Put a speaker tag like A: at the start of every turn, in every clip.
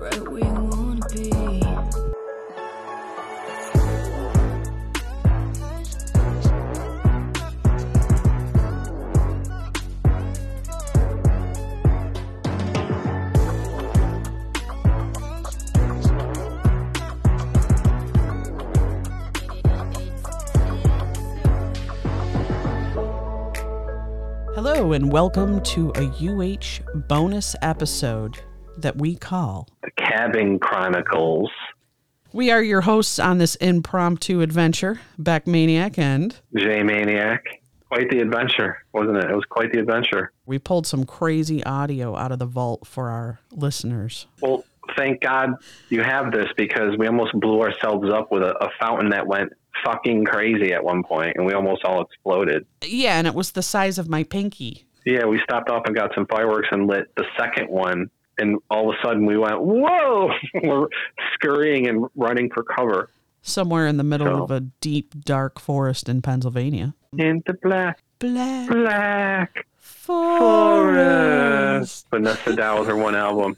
A: what we wanna be.
B: Hello, and welcome to a UH bonus episode that we call.
C: The Cabin Chronicles.
B: We are your hosts on this impromptu adventure, Beck Maniac, and
C: J Maniac. Quite the adventure, wasn't it? It was quite the adventure.
B: we pulled some crazy audio out of the vault for our listeners.
C: Well, thank God you have this because we almost blew ourselves up with a, a fountain that went fucking crazy at one point and we almost all exploded.
B: Yeah, and it was the size of my pinky.
C: Yeah, we stopped off and got some fireworks and lit the second one. And all of a sudden we went, whoa! We're scurrying and running for cover.
B: Somewhere in the middle
C: Oh.
B: of a deep, dark forest in Pennsylvania.
C: Into black,
B: Black
C: black
B: forest.
C: forest. Vanessa Dow with her one album.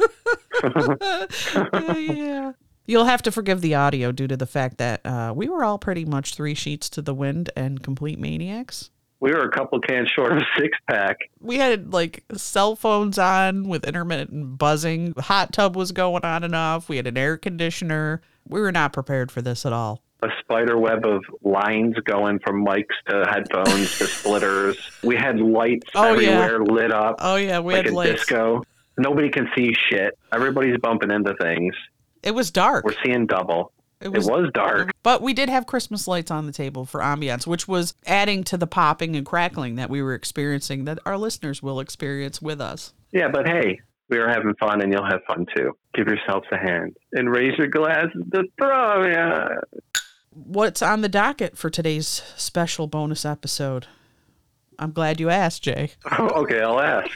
B: Oh, yeah. You'll have to forgive the audio due to the fact that uh, we were all pretty much three sheets to the wind and complete maniacs.
C: We were a couple cans short of a six pack.
B: We had like cell phones on with intermittent buzzing. The hot tub was going on and off. We had an air conditioner. We were not prepared for this at all.
C: a spider web of lines going from mics to headphones to splitters. We had lights
B: Oh, yeah.
C: everywhere lit up
B: Oh yeah, we
C: like
B: had
C: a
B: lights.
C: disco. Nobody can see shit. Everybody's bumping into things.
B: It was dark.
C: We're seeing double. It was, dark.
B: But we did have Christmas lights on the table for ambiance, which was adding to the popping and crackling that we were experiencing that our listeners will experience with us.
C: Yeah, but hey, we were having fun and you'll have fun too. Give yourselves a hand and raise your glasses to throw yeah.
B: what's on the docket for today's special bonus episode? I'm glad you asked, Jay.
C: okay, I'll ask.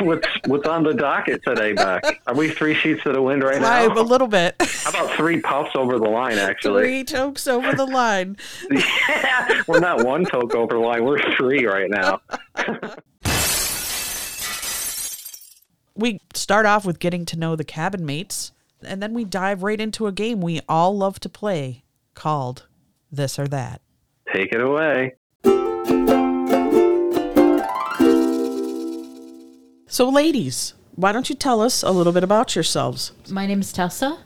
C: what's what's on the docket today, Buck? Are we three sheets to the wind right
B: Why
C: now?
B: a little bit.
C: How about three puffs over the line, actually?
B: Three jokes over the line.
C: we're not one toke over the line. We're three right now.
B: We start off with getting to know the cabin mates, and then we dive right into a game we all love to play called This or That.
C: Take it away.
B: So, ladies, why don't you tell us a little bit about yourselves?
D: My name is Tessa.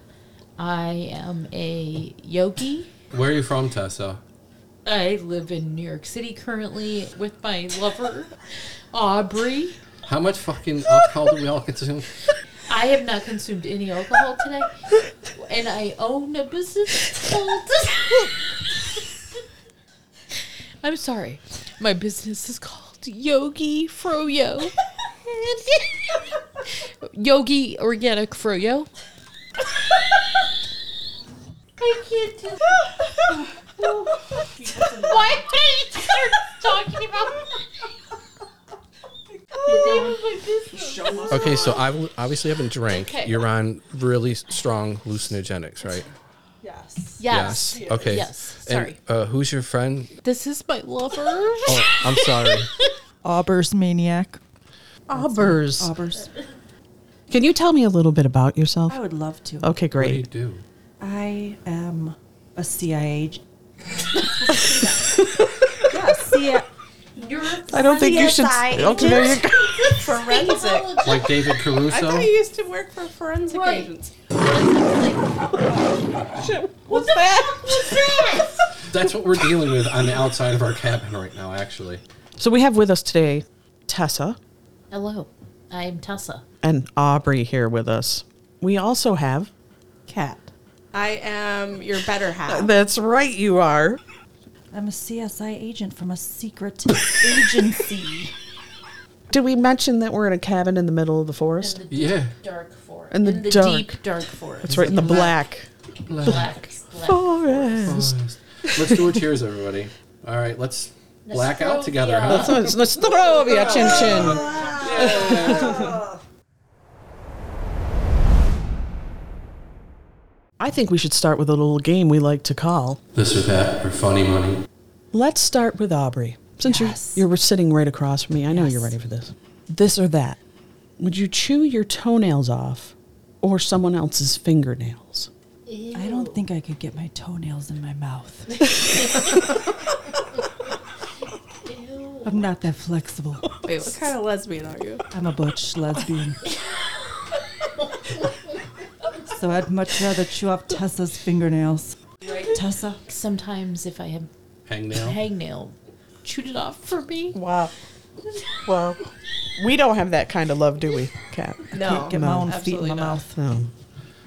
D: I am a yogi.
E: Where are you from, Tessa?
D: I live in New York City currently with my lover, Aubrey.
E: How much fucking alcohol do we all consume?
D: I have not consumed any alcohol today, and I own a business called. I'm sorry. My business is called Yogi Froyo. Yogi Organic Froyo. I can't do Why did you start talking about? my business.
E: Okay, so I w- obviously haven't drank.
D: Okay.
E: You're on really strong hallucinogenics, right?
D: Yes.
E: Okay.
D: Yes.
E: And,
D: Sorry.
E: uh, who's your friend?
D: This is my lover.
E: Oh, I'm sorry.
F: Aubers maniac.
B: Aubers.
F: Aubers.
B: Can you tell me a little bit about yourself?
F: I would love to.
B: Okay,
E: What do you
B: great.
E: do?
F: I am a CIA agent. yeah, CIA
B: I don't think you should. Okay, there you go.
F: forensic.
E: Like David Caruso?
F: used to work for forensic
D: Right.
F: agents.
D: What's that? What's that?
E: That's what we're dealing with on the outside of our cabin right now, actually.
B: So, we have with us today Tessa.
D: Hello, I'm Tessa.
B: and Aubrey here with us. We also have.
F: Cat.
G: I am your better half.
B: That's right, you are.
F: I'm a CSI agent from a secret agency.
B: Did we mention that we're in a cabin in the middle of the forest?
E: Yeah.
D: Dark forest.
B: In the dark.
D: deep dark forest.
B: It's right in the black
D: Black. black.
B: forest.
E: Let's do a cheers, everybody. All right, let's black out together, huh?
B: Let's, let's throw ya chin chin. I think we should start with a little game we like to call.
E: This or that, or funny money.
B: Let's start with Aubrey. Since
F: Yes.
B: you're, you're sitting right across from me, I know you're ready for this. This or that. Would you chew your toenails off or someone else's fingernails.
F: I don't think I could get my toenails in my mouth. I'm not that flexible.
G: Wait, what kind of lesbian are you?
F: I'm a butch lesbian. so I'd much rather chew off Tessa's fingernails. Tessa,
D: Sometimes if I have
E: Hangnail.
D: hangnail chewed it off for me.
H: Wow. Well, we don't have that kind of love, do we, Cat?
G: No,
F: get my own feet in
G: absolutely
F: my
G: not.
F: mouth.
B: Oh,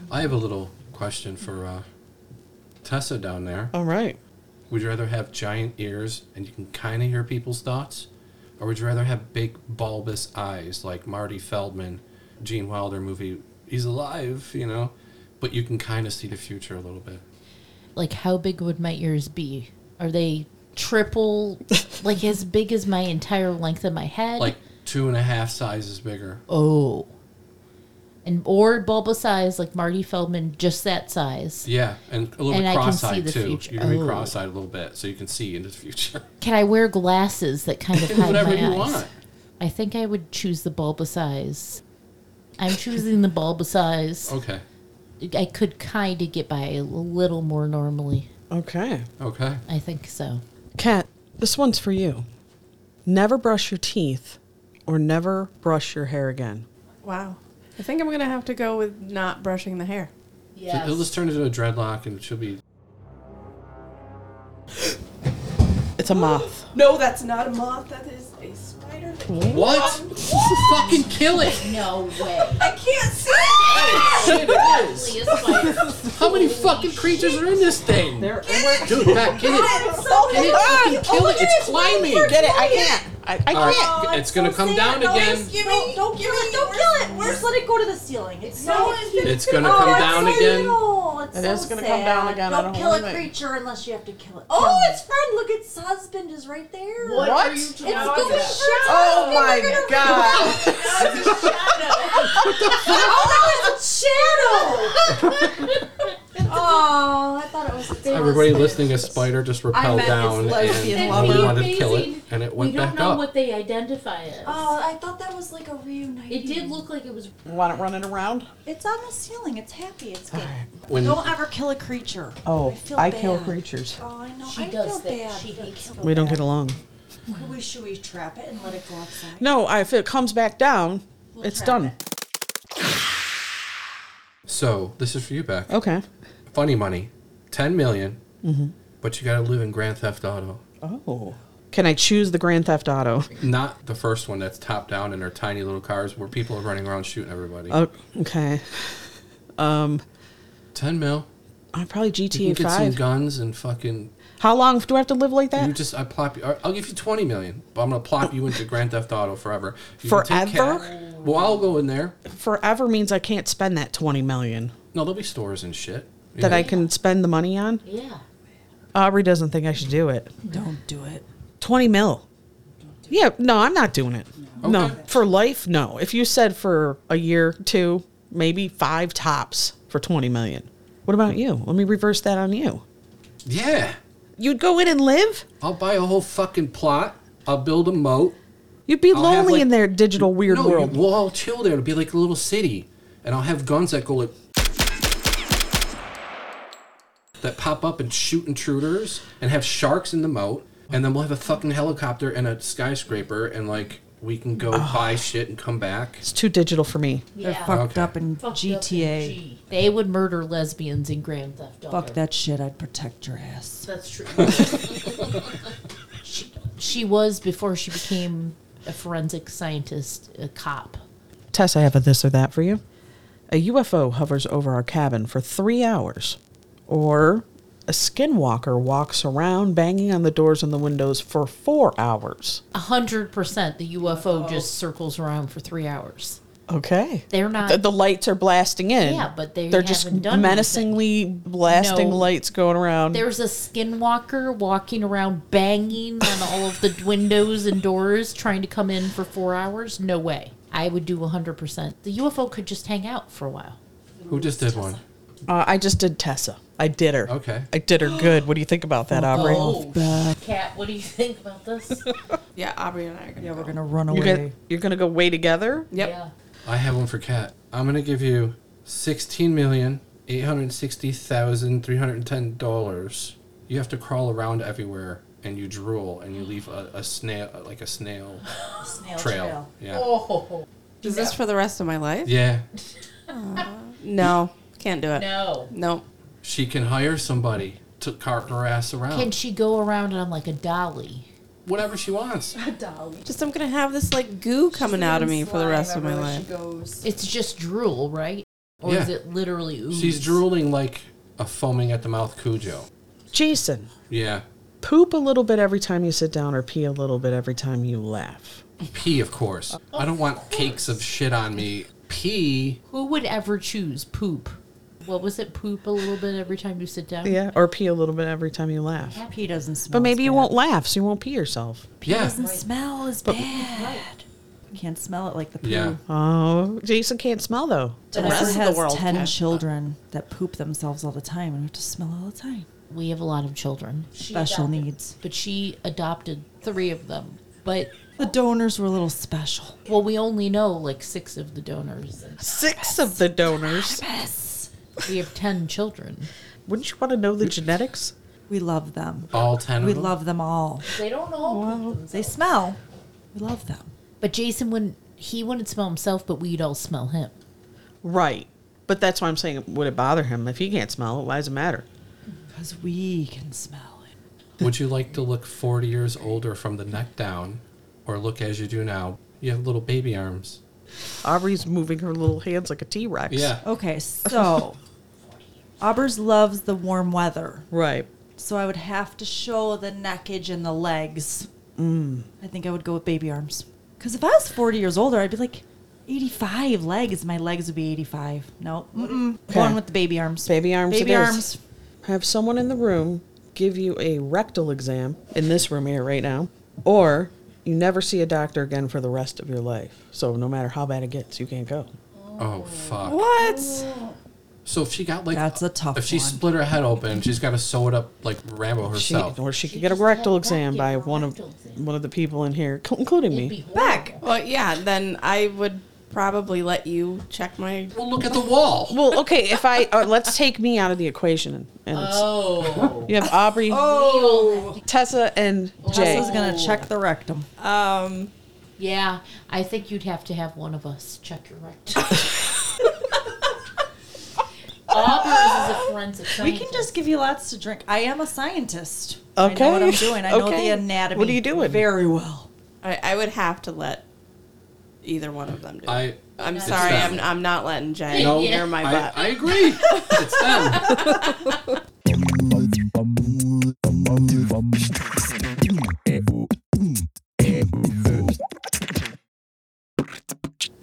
E: I have a little question for uh, Tessa down there.
B: all right.
E: Would you rather have giant ears and you can kind of hear people's thoughts? Or would you rather have big, bulbous eyes like Marty Feldman, Gene Wilder movie, He's Alive, you know? But you can kind of see the future a little bit.
D: Like, how big would my ears be? Are they triple, like as big as my entire length of my head?
E: Like two and a half sizes bigger.
D: oh. And or bulbous eyes like Marty Feldman, just that size.
E: Yeah, and a little
D: And I
E: bit
D: can
E: cross
D: see
E: eyed
D: the
E: too.
D: future.
E: You can be
D: Oh.
E: cross eyed a little bit so you can see into the future.
D: Can I wear glasses that kind of hide
E: Whatever
D: my
E: you
D: eyes?
E: want.
D: I think I would choose the bulbous eyes. I'm choosing the bulbous eyes.
E: Okay.
D: I could kind of get by a little more normally.
B: Okay.
E: Okay.
D: I think so.
B: Kat, this one's for you. Never brush your teeth or never brush your hair again.
G: Wow. I think I'm gonna have to go with not brushing the hair.
E: So it'll just turn into a dreadlock and she'll be.
B: It's a moth.
G: No, that's not a moth. That is a spider.
E: What? Fucking kill it! Oh,
D: No way.
G: I can't see it.
E: How many fucking creatures are in this thing? Dude, Pat, kill it!
G: so
E: Get it! Fucking kill it! It's climbing! Get it!
H: I can't. I, I can't.
E: it's gonna come down again.
G: don't, don't give it. Don't kill
F: Just let it go to the ceiling. It's
G: No,
E: It's gonna come down again.
F: Oh, it's
H: It is gonna come down again. I don't wanna make-
F: creature unless you have to kill it. Oh, its friend, look, its husband is right there.
H: What?
F: going
H: Oh my god.
F: Oh, I thought it was.
E: Everybody listening, a spider just rappelled
G: met this
E: down
G: lesbian
E: and
G: lover.
E: we
G: It'd
E: wanted to kill it, and it
D: We
E: went
D: don't
E: back
D: know
E: up.
D: what they identify as.
F: Oh, I thought that was like a reuniting.
D: It did look like it was.
H: Want it running around?
F: It's on the ceiling. It's happy. It's good.
E: when
F: Don't ever kill a creature.
H: Oh,
F: I feel
H: I kill
F: bad.
H: creatures.
F: Oh, I know.
D: She
F: I
D: does
F: feel
D: that.
F: bad.
D: She
F: that I
D: hates
F: kill
B: We don't
F: that.
B: get along.
F: Could We, should we trap it and let it go outside?
B: No, I- if it comes back down, it's
F: trap
B: done.
E: so, this is for you, Beck.
B: Okay. Mm-hmm.
E: Funny money, ten million, but you gotta live in Grand Theft Auto.
B: Oh. Can I choose the Grand Theft Auto?
E: Not the first one that's top down in their tiny little cars where people are running around shooting everybody.
B: Oh, okay. Um,
E: ten mil.
B: I'm probably
E: You
B: GTA
E: can get some
B: E Five.
E: guns and fucking
B: How long do I have to live like
E: You
B: that?
E: just I plop you. I- I'll give you twenty million, but I'm gonna plop you into Grand Theft Auto forever. You can take
B: Forever?
E: cash- Well, I'll go in there.
B: Forever means I can't spend that 20 million
E: No, there'll be stores and shit
B: that I can spend the money on.
D: Yeah.
B: Aubrey doesn't think I should do it.
F: Don't do it.
B: 20 mil. Yeah, no, I'm not doing it. No,
E: Okay.
B: for life, no. If you said for a year, two, maybe five tops for 20 million. What about you? Let me reverse that on you.
E: Yeah,
B: You'd go in and live?
E: I'll buy a whole fucking plot. I'll build a moat.
B: You'd be
E: I'll have,
B: lonely
E: like-
B: in their digital weird
E: No, you,
B: world.
E: we'll all chill there. It'll be like a little city, and I'll have guns that go like that pop up and shoot intruders, and have sharks in the moat, and then we'll have a fucking helicopter and a skyscraper, and like we can go buy shit and come back.
B: It's too digital for me.
F: They're
D: Yeah.
F: fucked
E: Okay.
F: up in
D: Fucked up
F: GTA.
D: in G. They would murder lesbians in Grand Theft Auto.
F: Fuck that shit. I'd protect your ass.
D: That's true. she, she was before she became a forensic scientist, a cop.
B: Tess, I have a this or that for you. A UFO hovers over our cabin for three hours, or a skinwalker walks around banging on the doors and the windows for four hours.
D: A hundred percent, the
G: Oh.
D: UFO just circles around for three hours.
B: Okay.
D: They're not.
B: The, the lights are blasting in.
D: Yeah, but they
B: they're just
D: haven't done
B: menacingly blasting
D: No.
B: lights going around.
D: There's a skinwalker walking around banging on all of the windows and doors trying to come in for four hours. No way. I would do 100%. The UFO could just hang out for a while.
E: Who just did one?
B: Uh, I just did Tessa. I did her.
E: Okay.
B: I did her good. What do you think about that, Aubrey?
E: Oh,
G: Oh,
D: Cat, what do you think about this?
G: Yeah, Aubrey and I are gonna. Yeah,
F: We're gonna run
B: You're
F: away.
B: gonna, you're gonna go way together.
G: Yep.
D: Yeah.
E: I have one for Kat. I'm gonna give you sixteen million eight hundred sixty thousand three hundred ten dollars. You have to crawl around everywhere, and you drool, and you leave a, a snail, like a snail
D: Snail
E: trail. Yeah,
D: Oh
G: Is this for the rest of my life?
E: yeah.
G: No, can't do it.
D: no!
G: Nope.
E: She can hire somebody to cart her ass around,
D: Can she go around and I'm like a dolly?
E: whatever she wants.
G: Just I'm gonna have this like goo coming out of me for the rest of my life.
D: It's just drool, right? Or is
E: Yeah.
D: it literally ooze?
E: She's drooling like a foaming at the mouth Cujo.
B: Jason,
E: Yeah,
B: poop a little bit every time you sit down or pee a little bit every time you laugh.
E: pee, of course. I don't want cakes of shit on me. Pee.
D: Who would ever choose poop? What was it? Poop a little bit every time you sit down.
B: Yeah, or pee a little bit every time you laugh.
F: Pee doesn't smell.
B: But maybe
F: as
B: you
F: bad.
B: won't laugh, so you won't pee yourself.
E: Yeah.
F: Doesn't smell as bad. You can't smell it like the poo.
E: Yeah.
B: Oh, Jason can't smell though.
F: The
G: rest of the
F: has
G: world
F: ten
G: can.
F: children that poop themselves all the time and have to smell all the time.
D: We have a lot of children,
F: Special needs.
D: but she adopted three of them. But
F: The donors were a little special.
D: well, we only know like six of the donors.
B: Six of the donors.
D: We have ten children.
B: Wouldn't you want to know the genetics?
F: We love them.
E: All ten of
F: We
E: them?
F: love them all.
D: They don't all.
F: They smell. We love them.
D: But Jason wouldn't. He wouldn't smell himself, but we'd all smell him.
B: Right. But that's why I'm saying, would it bother him if he can't smell it? Why does it matter?
F: Because we can smell it.
E: Would you like to look 40 years older from the neck down or look as you do now? You have little baby arms.
B: Aubrey's moving her little hands like a T Rex.
E: Yeah.
F: Okay, so Aubers loves the warm weather.
B: Right.
F: So I would have to show the neckage and the legs.
B: Mm-hmm.
F: Mm. I think I would go with baby arms. Because if I was 40 years older, I'd be like 85 legs. My legs would be 85. No, mm-mm. Going with the baby arms.
B: Baby arms.
F: Baby
B: it is.
F: arms.
B: Have someone in the room give you a rectal exam in this room here right now, or you never see a doctor again for the rest of your life. So no matter how bad it gets, you can't go.
E: Oh, fuck.
G: What?
E: So if she got like.
F: That's a tough
E: If she
F: one.
E: split her head open, she's got to sew it up like Rambo
B: She,
E: herself.
B: or she could get a
D: just had
B: rectal
D: that
B: exam
D: get
B: by
D: her
B: one of
D: rectal exam.
B: one of the people in here, c- including
D: It'd
B: me.
D: be
G: Back.
D: horrible.
G: Well, yeah. Then I would probably let you check my.
E: well, look at the wall.
B: Well, okay, if I uh, let's take me out of the equation, and, and it's-
D: Oh.
B: you have Aubrey,
G: Oh.
B: Tessa, and Jay.
F: Tessa's going to check the rectum.
G: Um.
D: Yeah, I think you'd have to have one of us check your rectum. Aubers is a forensic scientist.
F: We can just give you lots to drink. I am a scientist. I
B: Okay.
F: know what I'm doing. I know
B: Okay.
F: the anatomy.
B: What are you doing?
F: Very well.
G: I, I would have to let either one of them do. it.
E: I.
G: I'm
E: It's
G: sorry.
E: them.
G: I'm, I'm not letting Jay
E: No,
G: near my
E: I,
G: butt.
E: I agree. It's them.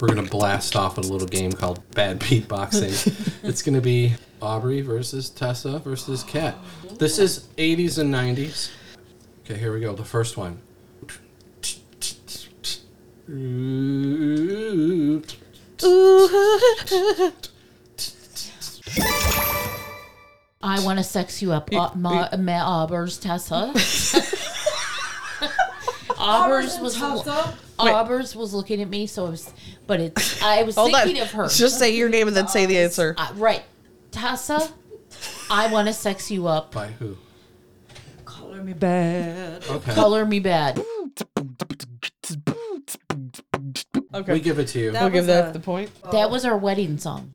E: We're gonna blast off with a little game called Bad Beatboxing. it's gonna be Aubrey versus Tessa versus Kat. This is 80s and 90s. Okay, here we go. The first one.
D: I want to sex you up, uh, Ma, Ma, Aubers, Tessa. Aubers was Aubers was looking at me, so I was, but it's I was
B: Hold
D: thinking
B: on.
D: of her.
B: Just say your name and then say the answer.
D: Uh, right, Tessa. I want to sex you up.
E: By who?
F: Color me bad.
E: Okay.
D: Color me bad.
E: We give it to you.
F: That was a-
B: point.
D: That was our wedding song.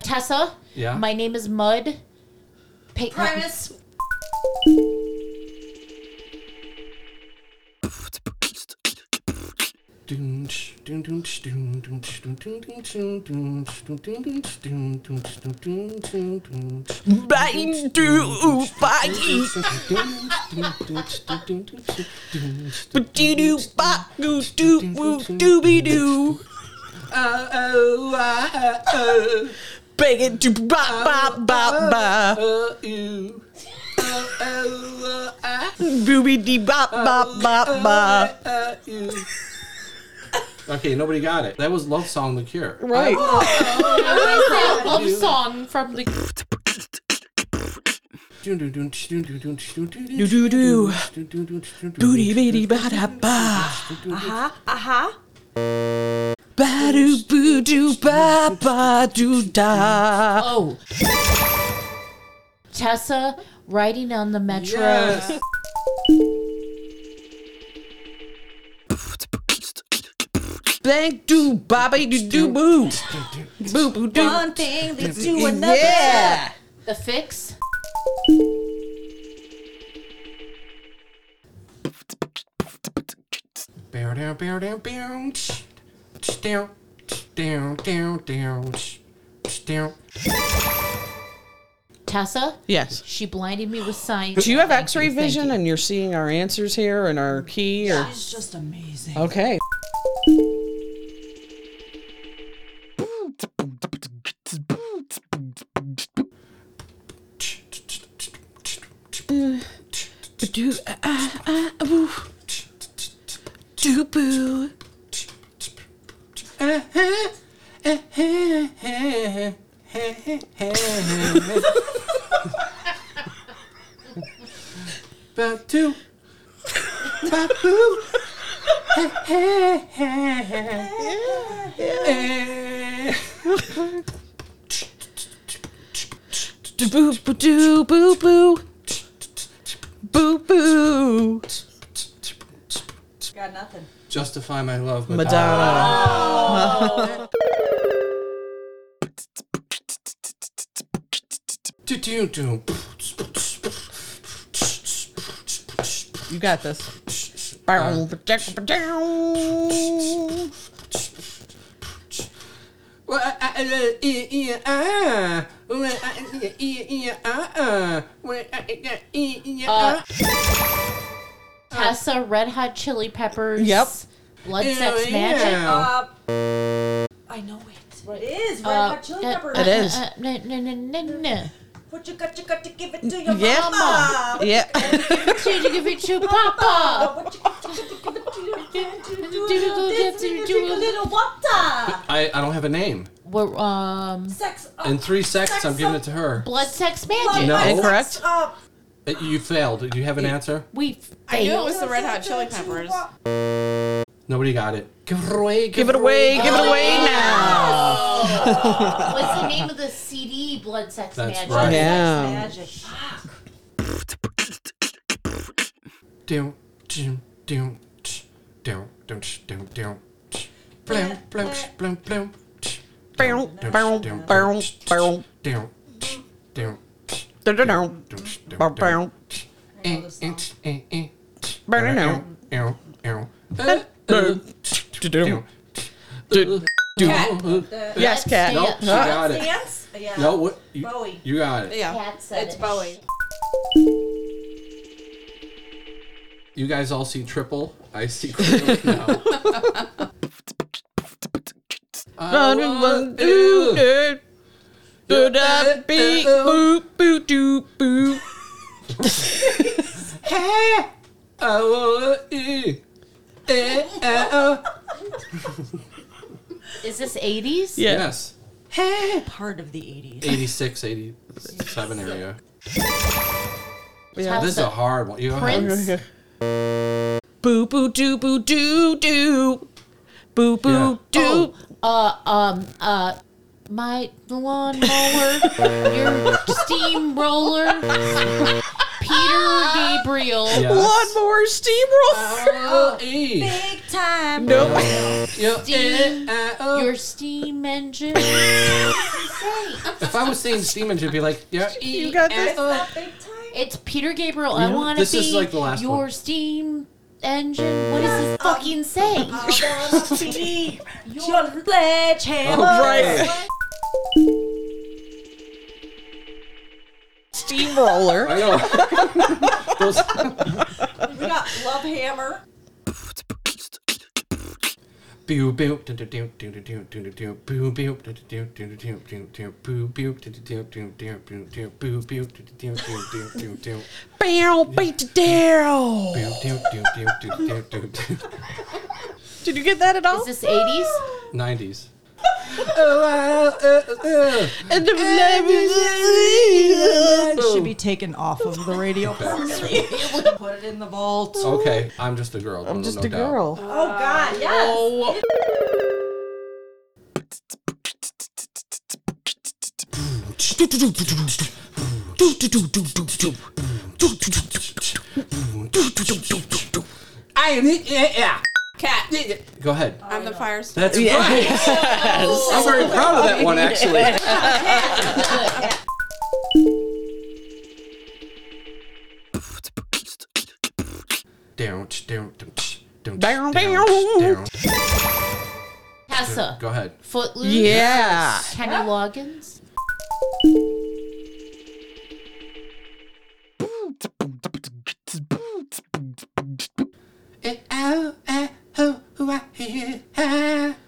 D: Tessa.
E: Yeah.
D: My name is Mud. Pa- Primus.
E: Dun, sh-
H: doo. Bang it to ba ba ba ba. Booby dee bop bop bop ba.
E: Okay, nobody got it. That was Love Song The Cure. Oh.
H: Right.
D: What's that love song from the
H: Do do do. Booty bitty ba da ba.
F: Uh-huh. Aha.
H: Ba do boo do ba ba do da.
D: Oh. Tessa riding on the metro.
E: Yes.
H: Bang do bobby do do boo. Boo boo do.
F: One thing leads to another.
H: Yeah.
D: The fix.
E: Bow down, bow down, bow. Tsh, tsh, Down, tsh, down, down, down. tsh, tsh, Down.
D: Tessa,
H: Yes.
D: she blinded me with science.
H: Do you have X-ray vision and you're seeing our answers here and our key or?
F: It's just amazing.
H: Okay.
E: Tsh, tsh, tsh, tsh, tsh, tsh,
H: Do ah ah ah woo. Do boo.
E: Bow to. Bow boo.
H: Do boo boo do boo boo. Boo boo.
F: Got nothing.
E: Justify my love, Madonna.
H: Madonna.
E: Do, do, do.
H: You got this. Bow, ba-dow, ba-dow.
E: Well, I- I- I- eh, eh, ah. Well, I- I- eh, eh, ah, ah. Well, I- I- eh, eh, ah.
D: Uh, Tessa, Red Hot Chili Peppers.
H: Yep.
D: Blood
E: Ew,
D: Sex Magic.
E: yeah.
F: Uh, I know it. It is red
D: Uh,
F: hot chili
D: uh,
F: peppers.
D: uh,
H: It is.
D: uh, no, no, no, no, no.
F: What you got, you got to give it to your
H: Yeah.
F: mama.
H: Yeah.
D: Should you give it to Papa?
F: What you got, you got to give it to your
D: Do,
F: do,
D: do, do,
F: do, this,
D: do,
F: do,
D: do,
F: drink
D: do.
F: a little water.
E: I, I don't have a name.
D: We're, um,
F: Sex up.
E: In three seconds, I'm giving it to her.
D: Blood Sex
F: Love
D: Magic.
E: No.
F: my sex
H: Incorrect.
F: up.
E: Uh, You failed. Do you have an answer?
D: We
G: I knew it
D: failed.
G: was the Red Hot Chili Peppers.
E: Nobody got it. Give it away. Ah!
H: Give it away. Give it away now.
D: What's the name of the CD? Blood Sex
E: That's
D: Magic.
E: right.
H: Yeah.
F: Magic.
E: Down, down, down, tsh, down, down, tsh, down, down. tsh. Blow, blow, tsh, blow, blow, tsh,
H: Bow, bow, bow, bow,
E: down, tsh, down, tsh,
H: da-da-dow,
E: down, tsh, down,
H: bow,
E: down.
H: bow.
E: Eh, eh, tsh, eh, eh, tsh.
H: Burn it
E: Ow,
H: out.
E: ow, ow. Eh,
H: Bow.
E: tsh,
H: Do-do.
E: down.
H: Do- do.
E: uh,
H: Yes, cat.
E: Nope, she got it.
F: Dance? Yeah.
E: No, what? You,
F: Bowie.
E: you got it.
G: Yeah.
D: Cat said it.
E: You guys all see triple. I see quadruple now. I want you.
H: Do-da-beep,
E: uh,
H: boop, boo, doo, boo.
E: I want you. oh, Eh, eh, oh.
D: Is this 80s?
H: Yeah.
E: Yes.
F: Part of the 80s.
E: 86, 87 area.
H: Yeah.
E: This is a hard one. You know,
D: Prince.
H: Boo, boo, doo, boo, doo, doo. Boo, boo, doo.
D: Uh, um, uh, my lawnmower, your steamroller, Peter
E: Ah!
D: Gabriel.
E: Yes.
H: Lawnmower steamroller.
E: Oh, eh.
F: Big time.
H: Nope.
E: Yo, eh,
D: Steam,
E: eh, oh.
D: your steam engine.
E: If I was saying steam engine, it'd be like, yeah,
H: You got
E: eh,
H: this.
E: oh.
F: Big time.
D: It's Peter Gabriel.
E: You
D: I
E: know,
D: want to
E: this
D: be
E: is like the last
D: your
E: one.
D: steam engine? What does
E: Um,
D: this fucking say?
F: Your sledgehammer.
I: Steamroller.
E: I know. Those,
F: We got love hammer.
E: Boo boo do do do do do do do do do boo boo do do do do do do do do boo boo do do do do do do do boo boo do do do do do do do
H: Bow, beat the down.
E: boo do do do do do do do
H: Did you get that at all?
D: Is this 80s?
E: nineties.
F: Uh,
H: End of life.
F: That should be taken off of the radio. Put it in the vault.
E: Okay, I'm just a girl.
H: I'm
E: no-
H: just
E: no
H: a
E: doubt.
H: girl.
F: Oh God, yes.
E: Go ahead.
G: I'm the fire starter.
E: That's right. I'm very proud of that one actually. Down, down, down,
H: Bow,
E: down,
H: bow.
E: down.
D: Tessa.
E: Go ahead.
D: Footloose.
H: Yeah.
D: Kenny Loggins.
H: uh,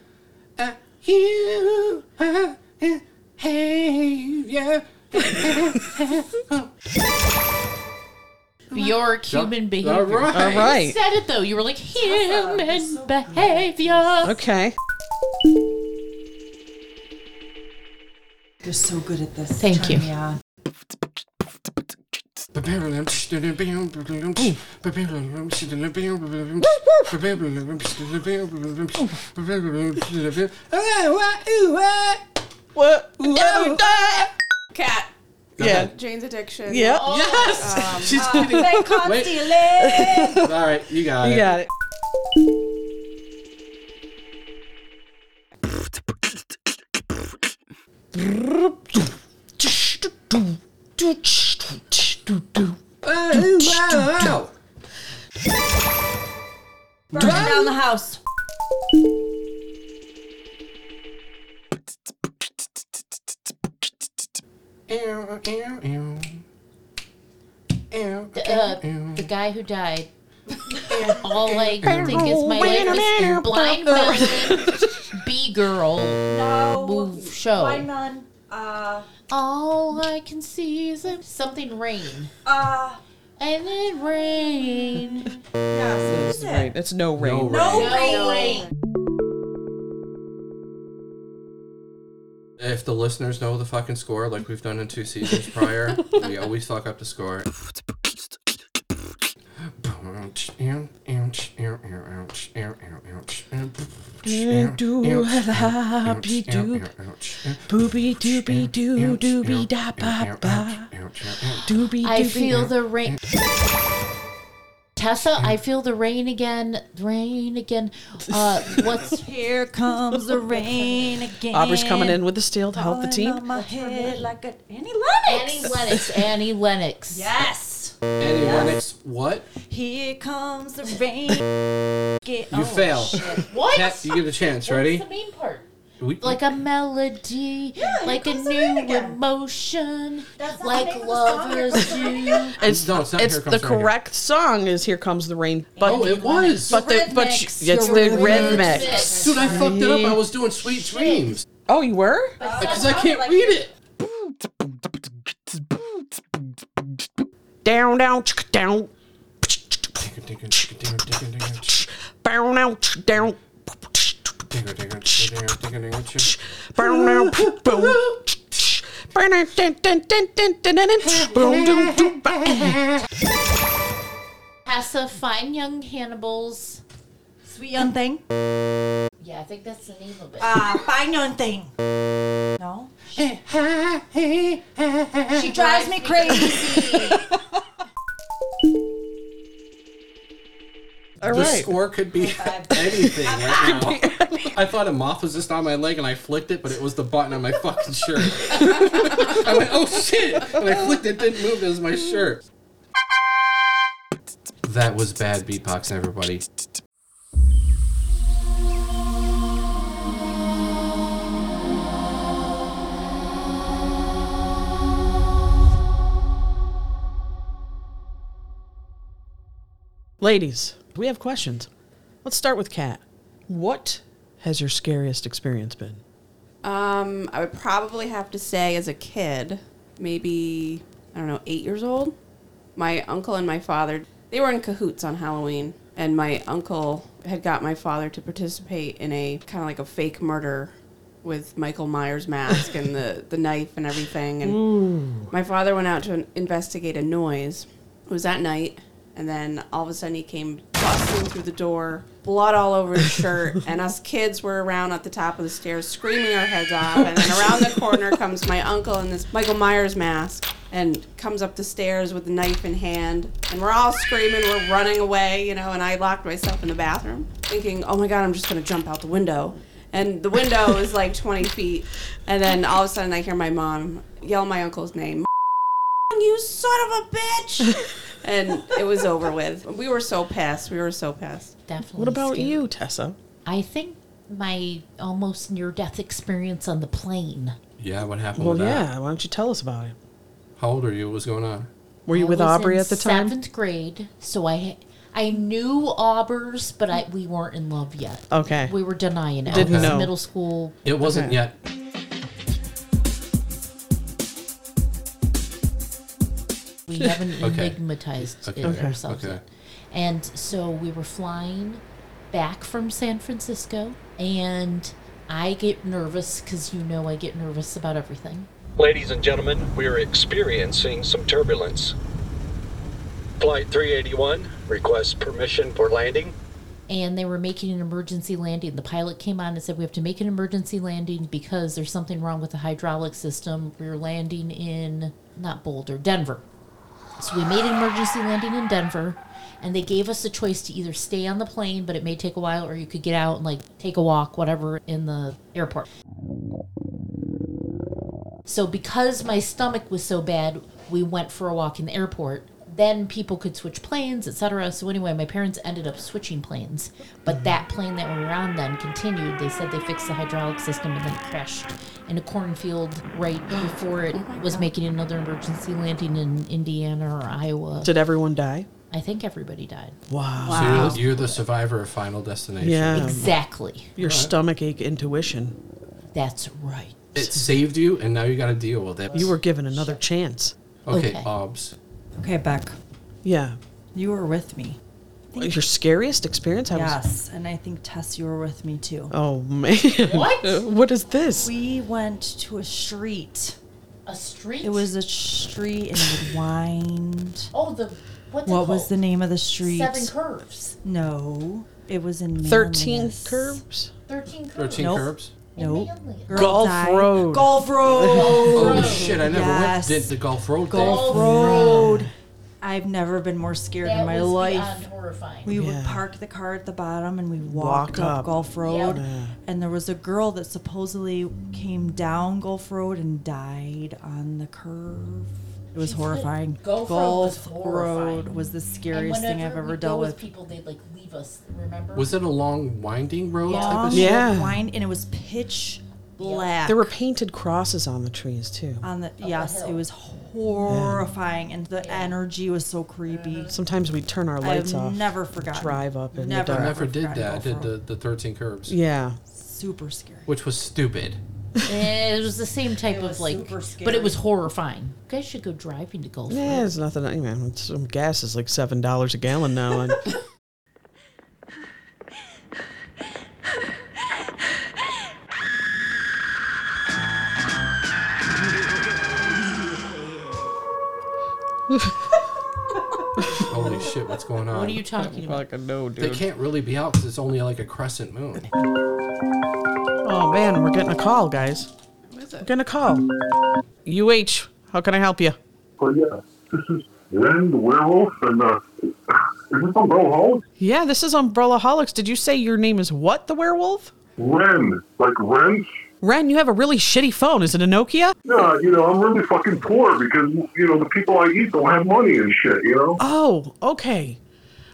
D: Bjork, human behavior.
E: All right.
H: All right.
D: said it though. You were like human behavior.
H: Okay.
F: You're so good at this.
D: Thank you.
F: Yeah.
E: Go
H: What?
F: Cat.
H: Yeah.
E: ahead.
G: Jane's addiction. Um, uh,
H: Yep.
E: Um, She's kidding.
F: They caught
E: Wait.
F: stealing.
E: All right, you got
H: You
E: it.
H: got it.
E: Wow.
F: Burn down the house.
E: Ew, ew, ew. Ew.
D: The, uh, the guy who died. All I think is my life is blind melon, B girl
F: No.
D: move
F: Why
D: show.
F: none? Uh.
D: Oh. All I can see is a- something rain
F: Uh.
D: and then rain.
F: Yes. Who's it?
H: Right. It's no rain.
E: No
F: No
E: rain.
F: rain.
E: If the listeners know the fucking score, like we've done in two seasons prior, we always fuck up the score.
H: Do happy do booby dooby doo dooby da ba ba dooby
D: I
H: dooby.
D: feel the rain. Tessa, I feel the rain again. Rain again. Uh, what's
F: Here comes the rain again.
H: Aubrey's coming in with the steel to help the
F: Falling
H: team.
F: on my head like a Annie
D: Annie
F: Lennox.
D: Lennox? Annie Lennox.
F: Yes.
E: Annie Lennox, what?
F: Here comes the rain. Get,
E: You fail.
D: What?
E: Cat, you get a chance.
D: What's
E: Ready?
D: the main part?
E: We-
D: Like a melody, like a new emotion, like lovers do.
H: It's,
E: No, it's not
H: it's
E: Here
H: the
E: Comes Rain here.
H: correct song is "Here Comes the Rain," but
E: oh, it was.
H: but the, but sh-
D: Rhythmics.
H: it's the rhythmic.
E: Dude, I fucked it up. I was doing Sweet Dreams
H: Oh, you were?
E: because I can't read it.
H: Down, down, chk, down, bow, now, chk, down, bow, now, chk, boom. chk, chk, bow, now, dun, dun, dun, dun, dun, dun, dun, chk, boom, dum, dum, ba.
D: Tessa, fine young Hannibals.
F: Sweet young thing.
D: Yeah, I think that's the name of it.
F: Ah, fine young thing. No. She drives me crazy.
H: All
E: The
H: right.
E: score could be anything right now. I thought a moth was just on my leg and I flicked it, but it was the button on my fucking shirt. I went, oh shit! And I flicked it, didn't move, it was my shirt. That was bad beatboxing, everybody.
B: Ladies, we have questions. Let's start with Kat. What has your scariest experience been?
G: Um, I would probably have to say as a kid, maybe I don't know, eight years old. My uncle and my father they were in cahoots on Halloween, and my uncle had got my father to participate in a kind of like a fake murder with Michael Myers mask and the, the knife and everything. And my father went out to investigate a noise. It was at night, and then all of a sudden he came busting through the door, blood all over his shirt, and us kids were around at the top of the stairs screaming our heads off. And then around the corner comes my uncle in this Michael Myers mask and comes up the stairs with the knife in hand. And we're all screaming, we're running away, you know, and I locked myself in the bathroom thinking, oh my God, I'm just going to jump out the window and the window is like 20 feet. And then all of a sudden, I hear my mom yell my uncle's name, "You son of a bitch!" and it was over with. We were so pissed. We were so pissed.
D: Definitely.
B: What about
D: scary.
B: you, Tessa?
D: I think my almost near death experience on the plane.
E: Yeah, what happened
B: Well,
E: with that?
B: yeah. Why don't you tell us about it?
E: How old are you? What was going on?
B: Were you
D: I
B: with
D: was
B: Aubrey
D: in
B: at the time?
D: Seventh grade, so I I knew Aubers, but I, we weren't in love yet.
B: Okay.
D: We were denying it.
B: Didn't
D: I was
B: know.
D: Middle school.
E: It wasn't
B: Okay.
E: yet.
D: We haven't
E: Okay.
D: enigmatized
E: Okay.
D: it
E: Okay.
D: ourselves
E: Okay.
D: yet. And so we were flying back from San Francisco, and I get nervous because you know I get nervous about everything.
C: Ladies and gentlemen, we are experiencing some turbulence. Flight 381 requests permission for landing.
D: and they were making an emergency landing. The pilot came on and said, We have to make an emergency landing because there's something wrong with the hydraulic system. We are landing in, not Boulder, Denver. So we made an emergency landing in Denver, and they gave us a choice to either stay on the plane, but it may take a while, or you could get out and like take a walk, whatever, in the airport. So because my stomach was so bad, we went for a walk in the airport. Then people could switch planes, etc. So anyway, my parents ended up switching planes. But that plane that we were on then continued. They said they fixed the hydraulic system and then it crashed in a cornfield right before it was making another emergency landing in Indiana or Iowa.
B: Did everyone die?
D: I think everybody died.
B: Wow.
E: So you're, you're the survivor of Final Destination.
B: Yeah.
D: Exactly.
B: Your stomach ache intuition.
D: That's right.
E: It saved you, and now you got to deal with it.
B: You were given another chance.
E: okay,
D: Okay. uh,
E: OBS.
F: Okay, Beck,
B: Yeah.
F: you were with me.
B: Your scariest experience? I was.
F: Yes, and I think Tess, you were with me too.
B: Oh man. What? what is this?
F: We went to a street.
D: A street.
F: It was a street and it would wind.
D: oh the what's it
F: What was
D: called?
F: the name of the street?
D: Seven curves.
F: No, it was in
B: Thirteen
F: Manlius.
B: curves.
D: Thirteen curves.
E: 13
F: Nope.
E: curbs.
F: Nope.
D: Manlius.
F: Girl
B: Golf
F: died.
B: Road.
F: Golf Road.
E: Oh, shit, I never
F: Yes.
E: went. Did the Golf Road
F: Golf
E: thing.
F: Road. I've never been more scared
D: That
F: in my
D: was
F: life.
D: beyond horrifying.
F: We would
B: Yeah.
F: park the car at the bottom and we
B: Walk
F: walked up,
B: up.
F: Gulf Road.
B: Yeah.
F: And there was a girl that supposedly came down Gulf Road and died on the curve. It was
D: She said
F: horrifying.
D: Gulf Road was horrifying.
F: Road was the
D: And
F: scariest thing I've
D: whenever we
F: ever
D: go
F: dealt
D: with
F: with.
D: people, they like leave us. Remember?
E: Was it a long, winding road? Type
F: Long
E: of
B: Yeah.
F: wine, and it was pitch black.
B: There were painted crosses on the trees too.
F: on the yes,
D: hill.
F: it was horrifying, and the energy was so creepy.
B: Sometimes we'd turn our lights
F: I've
B: off.
F: never forgotten.
B: drive up in the
F: never,
B: dark.
E: I never did
F: forgotten
E: that. I
F: Gulf
E: did
F: Road.
E: the, the 13 curbs,
B: Yeah.
F: super scary.
E: which was stupid.
D: Eh, it was the same type of
F: was
D: like,
F: super
D: but it
F: scary.
D: was horrifying. You guys should go driving to Gulf.
B: Yeah, it's nothing. I mean, it's, um, gas is like seven dollars a gallon now, and
E: Holy shit, what's going on?
D: What are you talking about?
B: like a no,
E: they can't really be out because it's only like a crescent moon.
B: Oh man, we're getting a call, guys. We're getting a call. UH, how can I help you?
J: But yeah, this is Ren the werewolf, and uh, is this on Bro Hall?
B: Yeah, this is Umbrella Holics. Did you say your name is what? The werewolf?
J: Ren, like wrench.
B: Ren, you have a really shitty phone. Is it a Nokia?
J: Yeah, you know, I'm really fucking poor because you know the people I eat don't have money and shit. You know,
B: Oh, okay.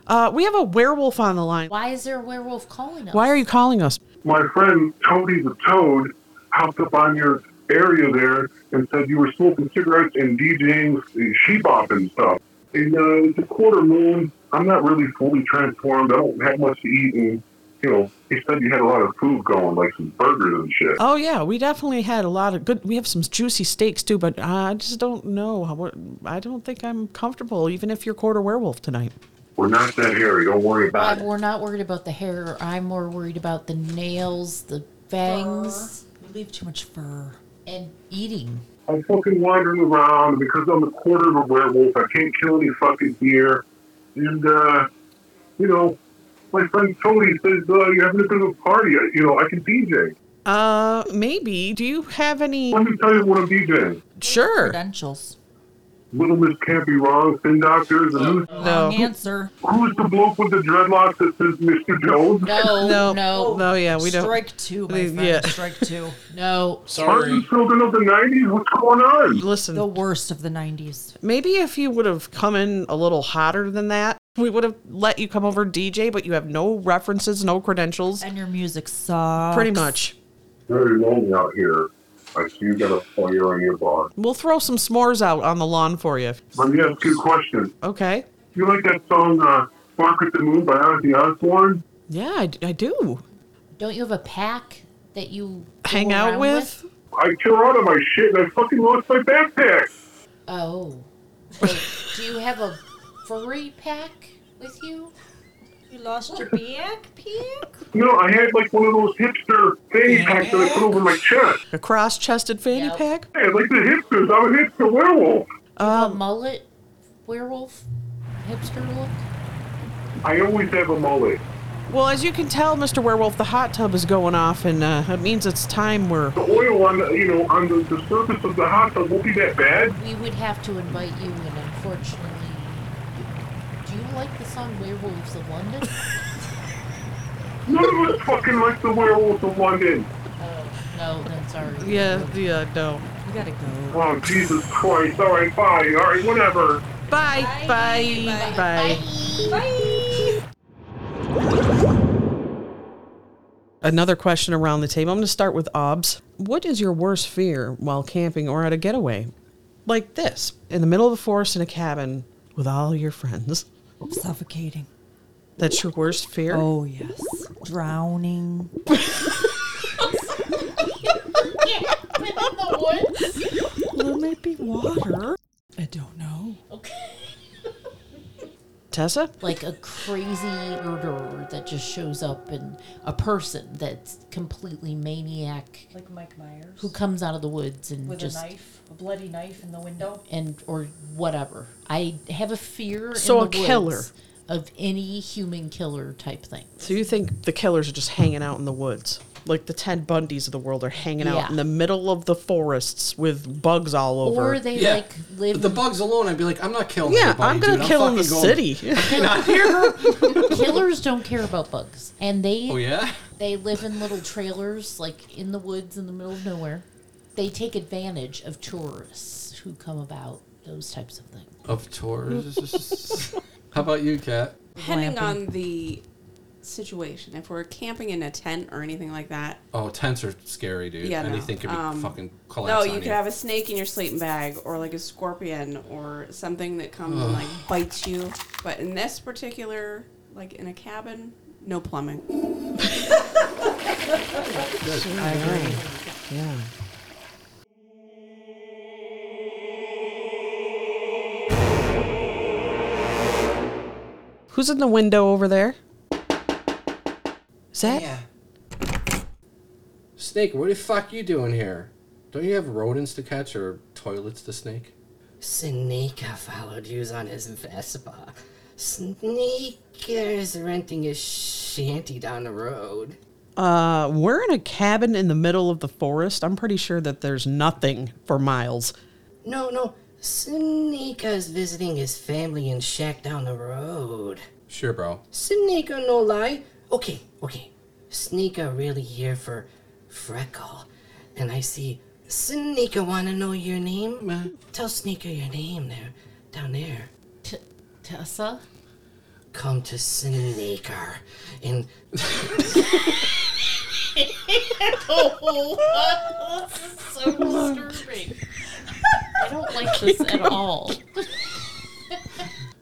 B: Uh, we have a werewolf on the line.
D: Why is there a werewolf calling us?
B: Why are you calling us?
J: My friend Tony the Toad hopped up on your area there and said you were smoking cigarettes and DJing sheebop and stuff. And uh, it's a quarter moon. I'm not really fully transformed. I don't have much to eat. And, you know, he said you had a lot of food going, like some burgers and shit.
B: Oh yeah, we definitely had a lot of good. We have some juicy steaks too, but I just don't know. how- what- I don't think I'm comfortable, even if you're quarter werewolf tonight.
J: We're not that hairy. Don't worry
D: Bob,
J: about it.
D: we're not worried about the hair. I'm more worried about the nails, the fangs,
F: You leave too much fur.
D: and eating.
J: I'm fucking wandering around because I'm a quarter of a werewolf. I can't kill any fucking deer. And, uh, you know, my friend Tony says, uh, you're having a bit of a party. I- You know, I can DJ.
B: Uh, maybe. Do you have any?
J: Let me tell you what I'm DJing.
B: Sure.
F: Credentials.
J: Little Miss Can't Be Wrong, Thin Doctors, and who's,
B: No.
F: Wrong answer.
J: who's the bloke with the dreadlocks that says Mr. Jones?
D: No,
B: No.
D: no,
B: No.
D: no,
B: Yeah, we don't.
F: Strike two, my friend.
B: yeah.
F: Strike two.
J: Aren't you
E: Sorry.
J: children of the 90s? What's going on?
B: Listen.
F: The worst of the 90s.
B: Maybe if you would have come in a little hotter than that, we would have let you come over DJ, but you have no references, no credentials.
F: And your music sucks.
B: Pretty much.
J: Very lonely out here. I see you got a fire on your bar.
B: We'll throw some s'mores out on the lawn for you.
J: Let me ask you a question.
B: Okay.
J: You like that song, uh, Spark at the Moon by Ozzy Osbourne?
B: Yeah, I, I do.
D: Don't you have a pack that you go
B: Hang out
D: around
B: with?
J: I tore out of my shit and I fucking lost my backpack.
D: Oh, Wait, do you have a furry pack with you?
F: You lost your back, pick?
J: No, I had like one of those hipster fanny packs that I put over my chest.
B: A cross chested fanny
D: Yep.
B: pack?
J: Hey, like the hipsters, I'm a hipster werewolf.
D: a
B: Um,
D: mullet werewolf hipster look?
J: I always have a mullet.
B: Well, as you can tell, Mr. Werewolf, the hot tub is going off, and uh, it means it's time we're.
J: The oil on the, you know, on the, the surface of the hot tub won't be that bad.
D: We would have to invite you, and unfortunately, do you like the song "Werewolves of London"?
J: None of us fucking like the werewolf of London.
D: Oh, no, then sorry.
B: Yeah, yeah, no.
F: You gotta go.
J: Oh, Jesus Christ. All right, bye. All right, whatever.
B: Bye, bye, bye. Another question around the table. I'm going to start with OBS. What is your worst fear while camping or at a getaway? Like this in the middle of the forest in a cabin with all your friends.
F: Suffocating.
B: That's your worst fear?
F: Oh, yes. Drowning.
D: Yeah, within the woods.
F: there might be water. I don't know.
D: Okay.
B: Tessa?
D: Like a crazy murderer that just shows up, and a person that's completely maniac
F: Like Mike Myers.
D: who comes out of the woods and just
F: knife, a bloody knife in the window.
D: and or whatever. I have a fear.
B: So
D: in the
B: a
D: woods
B: killer.
D: of any human killer type thing.
B: So you think the killers are just hanging out in the woods? Like the Ted Bundys of the world are hanging out
D: Yeah.
B: in the middle of the forests with bugs all over.
D: Or they
E: Yeah.
D: like live
E: the bugs alone, I'd be like, I'm not killing
B: yeah,
E: anybody,
B: I'm going to
E: dude.
B: kill in the
E: fucking going-
B: city.
D: killers don't care about bugs. And they
E: Oh, yeah?
D: they live in little trailers like in the woods in the middle of nowhere. They take advantage of tourists who come about those types of things.
E: Of tours. How about you, Kat?
G: Depending
F: Glamping.
G: on the situation, if we're camping in a tent or anything like that,
E: Oh, tents are scary, dude.
G: Yeah, no.
E: Anything could be
G: Um,
E: fucking
G: no,
E: collapse
G: you
E: on
G: could have a snake in your sleeping bag or like a scorpion or something that comes and like bites you. But in this particular, like in a cabin, no plumbing.
B: yeah. Who's in the window over there? Is that?
E: Yeah. Snake, what the fuck you doing here? Don't you have rodents to catch or toilets to snake?
K: Sneaker followed you on his Vespa. Sneaker's renting a shanty down the road.
B: Uh, we're in a cabin in the middle of the forest. I'm pretty sure that there's nothing for miles.
K: No, no, Sneaker's visiting his family in shack down the road.
E: Sure, bro.
K: Sneaker, no lie. Okay, okay. Sneaker really here for Freckle. And I see Sneaker wanna know your name? Tell Sneaker your name there, down there.
D: T- Tessa?
K: come to Sneaker and
D: oh, this is so disturbing. I don't like this at all.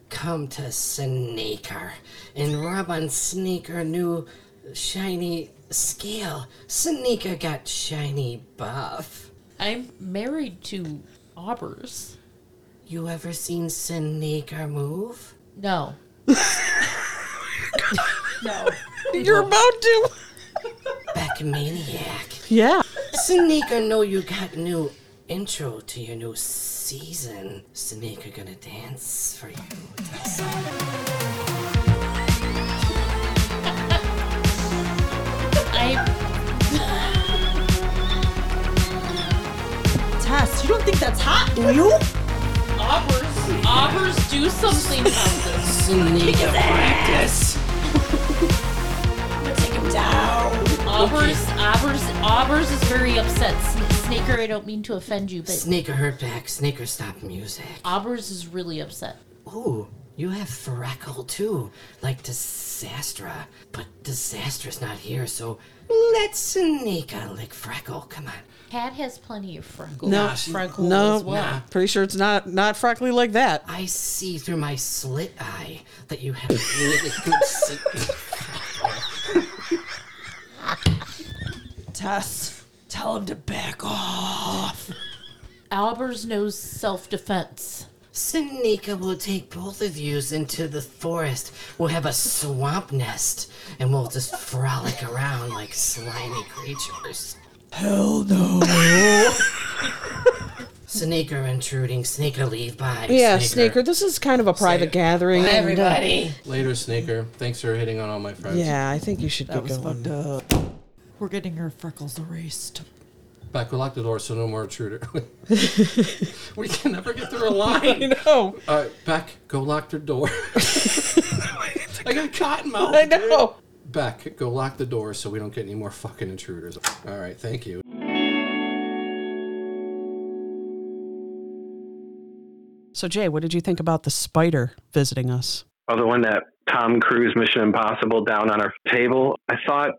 K: come to Sneaker and rub on Sneaker new shiny scale. Sneaker got shiny buff.
D: I'm married to Aubers.
K: You ever seen Sneaker move?
D: No.
F: No.
B: You're about to.
K: Back maniac.
B: Yeah.
K: Sneaker know you got new intro to your new season. Sneaker gonna dance for you.
D: I
F: Tess, you don't think that's hot, do you?
D: Aubers. Aubers, do something about this.
K: Sneaker practice.
D: Aubers, Aubers, Aubers is very upset. Sn- Snaker, I don't mean to offend you, but
K: Sneaker hurt back. Sneaker stop music.
D: Aubers is really upset.
K: Ooh, you have freckle too, like Disastra. But Disastra's not here, so let Sneaker lick freckle. Come on.
D: Cat has plenty of freckles.
B: No,
D: freckles
B: no,
D: as well.
B: nah. pretty sure it's not not freckly like that.
K: I see through my slit eye that you have really good. se-
F: Tess, tell him to back off.
D: Albers knows self defense.
K: Sneaker will take both of yous into the forest. We'll have a swamp nest, and we'll just frolic around like slimy creatures.
F: Hell no.
K: Sneaker intruding, Sneaker leave by.
B: Yeah, Sneaker, this is kind of a private gathering. and, uh,
K: Everybody.
E: Later, Sneaker. Thanks for hitting on all my friends.
B: yeah, I think you should
F: That
B: get
F: was
B: going.
F: fucked up. We're getting her freckles erased.
E: Back, we locked the door, so no more intruder. we can never get through a line.
B: No,
E: All right, Beck, go lock the door. I got cotton mouth.
B: I know.
E: Beck, go lock the door so we don't get any more fucking intruders. All right, thank you.
B: So Jay, what did you think about the spider visiting us?
C: Oh, the one that Tom Cruise Mission Impossible down on our table. I thought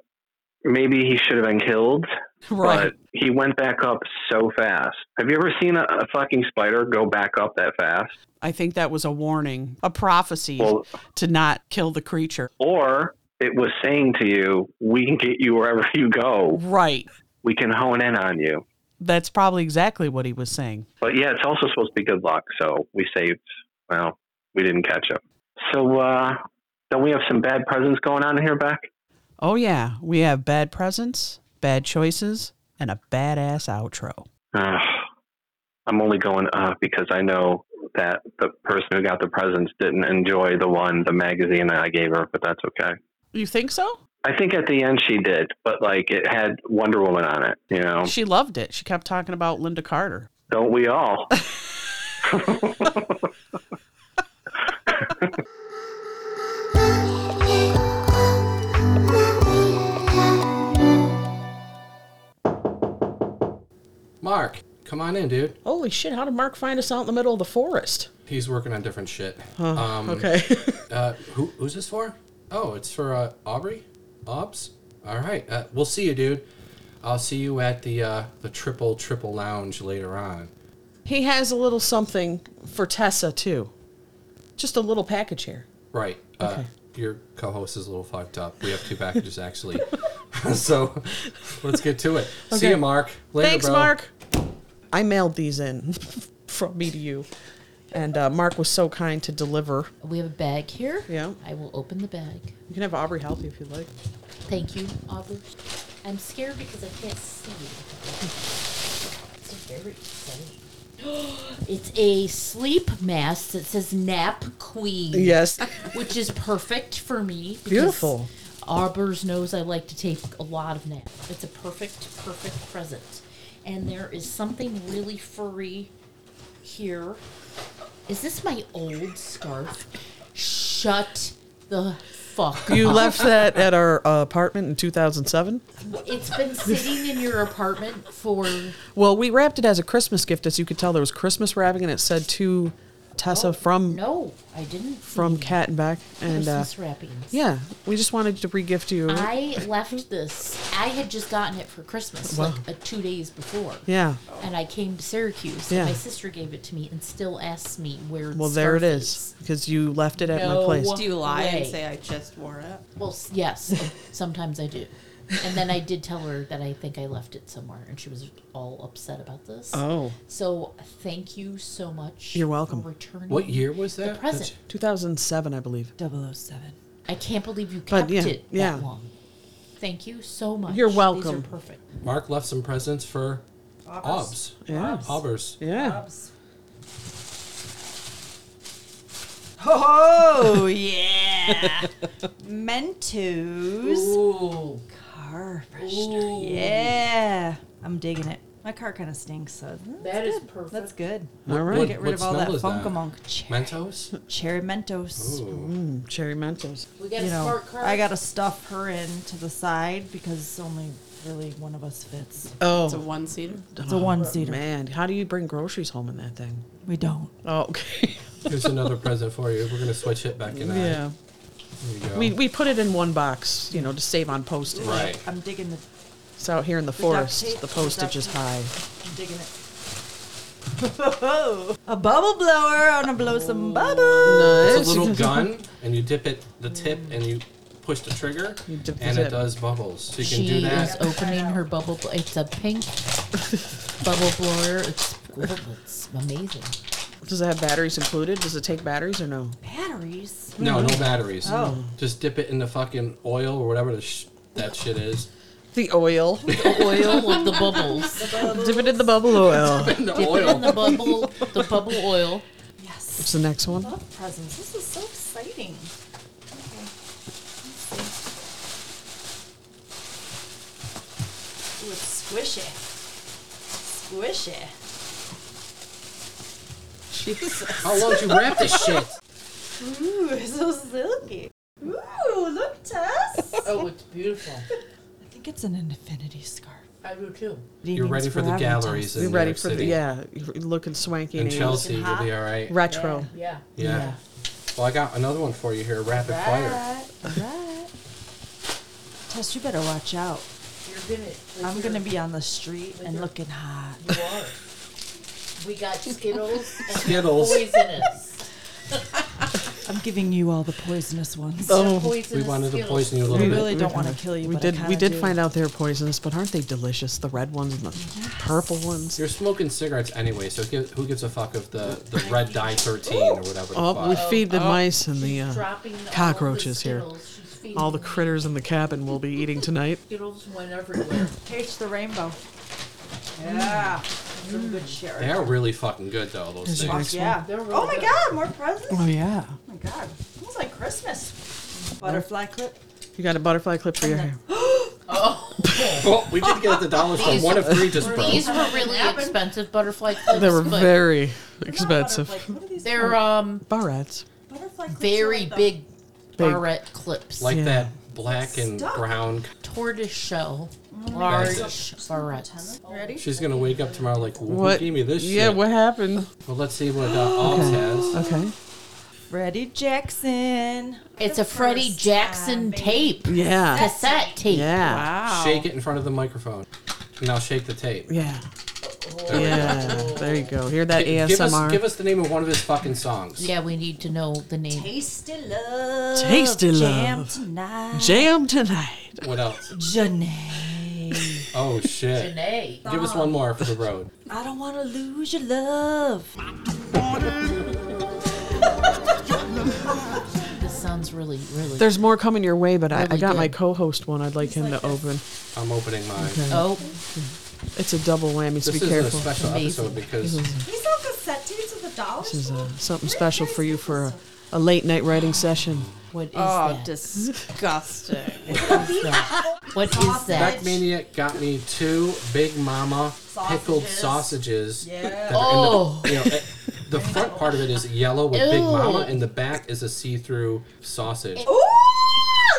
C: maybe he should have been killed, but he went back up so fast. Have you ever seen a, a fucking spider go back up that fast?
H: I think that was a warning, a prophecy
C: Well,
H: to not kill the creature.
C: or it was saying to you, "We can get you wherever you go.
H: Right.
C: We can hone in on you."
H: That's probably exactly what he was saying.
C: But yeah, it's also supposed to be good luck. So we saved. Well, we didn't catch him. So uh, don't we have some bad presents going on here, Beck?
H: Oh, yeah. We have bad presents, bad choices, and a badass outro.
C: Uh, I'm only going up because I know that the person who got the presents didn't enjoy the one, the magazine that I gave her, but that's okay.
H: You think so?
C: I think at the end she did, but like it had Wonder Woman on it, you know?
H: She loved it. She kept talking about Linda Carter.
C: Don't we all?
E: Mark, come on in, dude.
B: Holy shit! How did Mark find us out in the middle of the forest?
E: He's working on different shit.
B: Oh,
E: um,
B: okay.
E: uh, who, who's this for? Oh, it's for uh, Aubrey? Obs? All right. Uh, we'll see you, dude. I'll see you at the uh, the triple triple lounge later on.
B: he has a little something for Tessa too. Just a little package here.
E: Right. Uh, Your co host is a little fucked up. We have two packages, actually. so let's get to it. See
B: Okay.
E: you, Mark. Later,
B: Thanks,
E: bro.
B: Mark. I mailed these in from me to you, and uh, Mark was so kind to deliver.
D: We have a bag here.
B: Yeah.
D: I will open the bag.
B: You can have Aubrey help you if you like.
D: Thank you, Aubrey. I'm scared because I can't see you. It's a very exciting. it's a sleep mask that says Nap Queen.
B: Yes,
D: Which is perfect for me. because
B: beautiful.
D: Aubers knows I like to take a lot of naps. It's a perfect, perfect present. And there is something really furry here. Is this my old scarf? Shut the fuck
B: You left that at our uh, apartment in 2007.
D: It's been sitting in your apartment for
B: Well, we wrapped it as a Christmas gift, as you could tell. There was Christmas wrapping, and it said to Tessa from
D: Oh, No, I didn't.
B: from Cat and Back, and uh,
D: Christmas wrappings.
B: yeah, we just wanted to regift you.
D: I left this. I had just gotten it for Christmas, like uh, two days before.
B: yeah,
D: And I came to Syracuse.
B: Yeah.
D: And my sister gave it to me and still asks me where.
B: well there it is because you left it at my
D: No.
B: place.
G: Do you lie and
D: Way.
G: say I just wore it?
D: Well, s- yes, sometimes I do. And then I did tell her that I think I left it somewhere, and she was all upset about this.
B: Oh.
D: So thank you so much.
B: You're welcome.
D: For returning
E: What year was that?
D: The present.
B: 2007, I believe.
F: 007.
D: I can't believe you
B: But
D: kept
B: yeah,
D: it that
B: yeah.
D: long. Thank you so much.
B: You're
D: These are
B: welcome.
D: perfect.
E: That's- Mark left some presents for Obs.
B: Yeah.
E: Obbers.
B: Yeah.
F: Oh, yeah. Mentos.
D: Ooh.
F: Car freshener. Yeah. I'm digging it. My car kind of stinks, so
D: That is perfect.
F: that's good.
B: All
E: What-
B: right.
F: Get rid
E: what
F: of all
E: smell
F: that
E: is that?
F: funkamonk. Cherry,
E: Mentos?
F: cherry Mentos.
E: Ooh.
B: Mm, cherry Mentos.
D: We got
F: you
D: a
F: know,
D: smart card.
F: I gotta stuff her in to the side because only really one of us fits.
B: Oh,
G: It's a one seater.
F: It's a one seater.
B: man. How do you bring groceries home in that thing?
F: We don't.
B: Oh, okay.
E: Here's another present for you. We're going to switch it back in. uh, Here
B: yeah.
E: you go.
B: We, we put it in one box, you know, to save on postage.
E: right.
F: I'm digging the.
B: It's out here in the
F: duct
B: forest.
F: tape,
B: The
F: the
B: postage
F: duct
B: is
F: tape.
B: high.
F: I'm digging it. a bubble blower. I'm gonna blow some bubbles.
E: It's a little gun, and you dip it, the tip, and you push the trigger,
B: dip the
E: and
B: tip.
E: it does bubbles. So you can
D: she
E: do
D: is
E: that.
D: opening her bubble. bl- It's a pink bubble blower. It's,
F: oh,
D: it's amazing.
B: Does it have batteries included? Does it take batteries or no?
F: Batteries.
E: No,
B: Mm-hmm.
E: no batteries.
F: Oh.
E: Just dip it in the fucking oil or whatever the sh- that shit is.
B: The oil.
D: The oil of the bubbles.
B: Dip it in the bubble oil.
E: In the
D: Dip it in
E: oil.
D: the bubble, the bubble oil.
F: Yes.
B: What's the next one?
F: Love presents. This is so exciting. Ooh, it's squishy. Squishy.
E: How long did you wrap this shit?
F: Ooh, it's so silky. Ooh, look, Tess.
D: Oh, it's beautiful.
F: I think it's an infinity scarf.
D: I do too.
E: You're ready for the galleries in
B: You're
E: New
B: ready
E: York
B: for the
E: City.
B: yeah. You're looking swanky
E: In
B: and
E: Chelsea, you'll be all right.
B: retro.
D: Yeah.
E: Yeah. Well, I got another one for you here. Rapid fire.
F: Right, right. Tess, you better watch out.
D: You're gonna.
F: I'm gonna be on the street and looking hot.
D: You are. We got Skittles and
E: Skittles.
D: poisonous.
F: I'm giving you all the poisonous ones.
B: Oh,
D: poisonous Mhm.
E: We wanted to
D: Skittles.
E: poison you a
F: We
E: little bit.
F: really don't want to kill you.
B: We
F: but I
B: did. We
F: kinda
B: did
F: do.
B: find out they're poisonous, but aren't they delicious? The red ones and the purple ones.
E: You're smoking cigarettes anyway, so give, who gives a fuck if the, the red dye 13 or whatever the
B: Oh, we
E: fuck.
B: feed the mice and the uh,
D: Dropping all the
B: cockroaches here.
D: Skittles. She's feeding
B: all the
D: me.
B: critters in the cabin will be eating tonight.
D: Skittles went everywhere.
F: Taste the rainbow. Yeah. Some good shit. right
E: They are really fucking good, though, those
F: there.
E: things.
F: Yeah.
D: They're really
F: oh my
D: good.
F: god, more presents? Oh
B: Oh yeah.
F: my god. Smells like Christmas. Butterfly clip.
B: You got a butterfly clip for your hair.
D: Oh.
E: Well, we did get at the dollar store. One of three just broke.
D: These were really expensive butterfly clips.
B: They were
D: but
B: very
F: Not
B: expensive.
F: butterfly- What are these?
D: They're um
B: Barrettes.
F: butterfly clips are
D: very
F: like the-
D: big, barrette clips,
E: Like
B: Yeah.
E: that black and
F: Stop.
E: brown.
D: tortoise shell,
E: That's
D: large barrettes.
F: You ready?
E: She's gonna wake up tomorrow like, who
B: What?
E: gave me this shit?
B: Yeah. What happened?
E: Well, let's see what uh, Oz has.
B: Okay.
F: Freddie Jackson.
D: It's a Freddie
F: First
D: Jackson
F: time, baby.
D: tape,
B: Yeah.
D: cassette tape.
B: Yeah.
G: Wow.
E: Shake it in front of the microphone. Now shake the tape.
B: Yeah.
D: Oh.
B: Yeah. There you go. Hear that
E: Gi- Give us,
B: ASMR.
E: give us the name of one of his fucking songs.
D: Yeah, we need to know the name.
F: Tasty love.
B: Tasty
F: Jam
B: love.
F: tonight.
B: Jam tonight.
E: What else?
F: Janae.
E: Oh shit.
D: Janae.
E: Give us one more for the road.
F: I don't want to lose your love.
D: This sounds really, really.
B: There's more coming your way, but I, I
D: Really
B: got
D: good.
B: my co-host one. I'd like him to open.
E: I'm opening mine.
D: oh,
B: It's a double whammy,
E: This
B: so be
E: is a
B: careful.
E: special episode because
F: These sell cassette tapes at the dollar
B: This is
F: store.
B: uh, something special for you for a, a late night writing session.
D: what is
G: Oh,
D: that?
G: disgusting.
D: What is that?
E: Maniac got me two Big Mama pickled sausages.
F: Yeah.
E: that
D: Oh.
E: are in the, you know, it- the front part of it is yellow with Big Mama, and the back is a see-through sausage.
F: Ooh,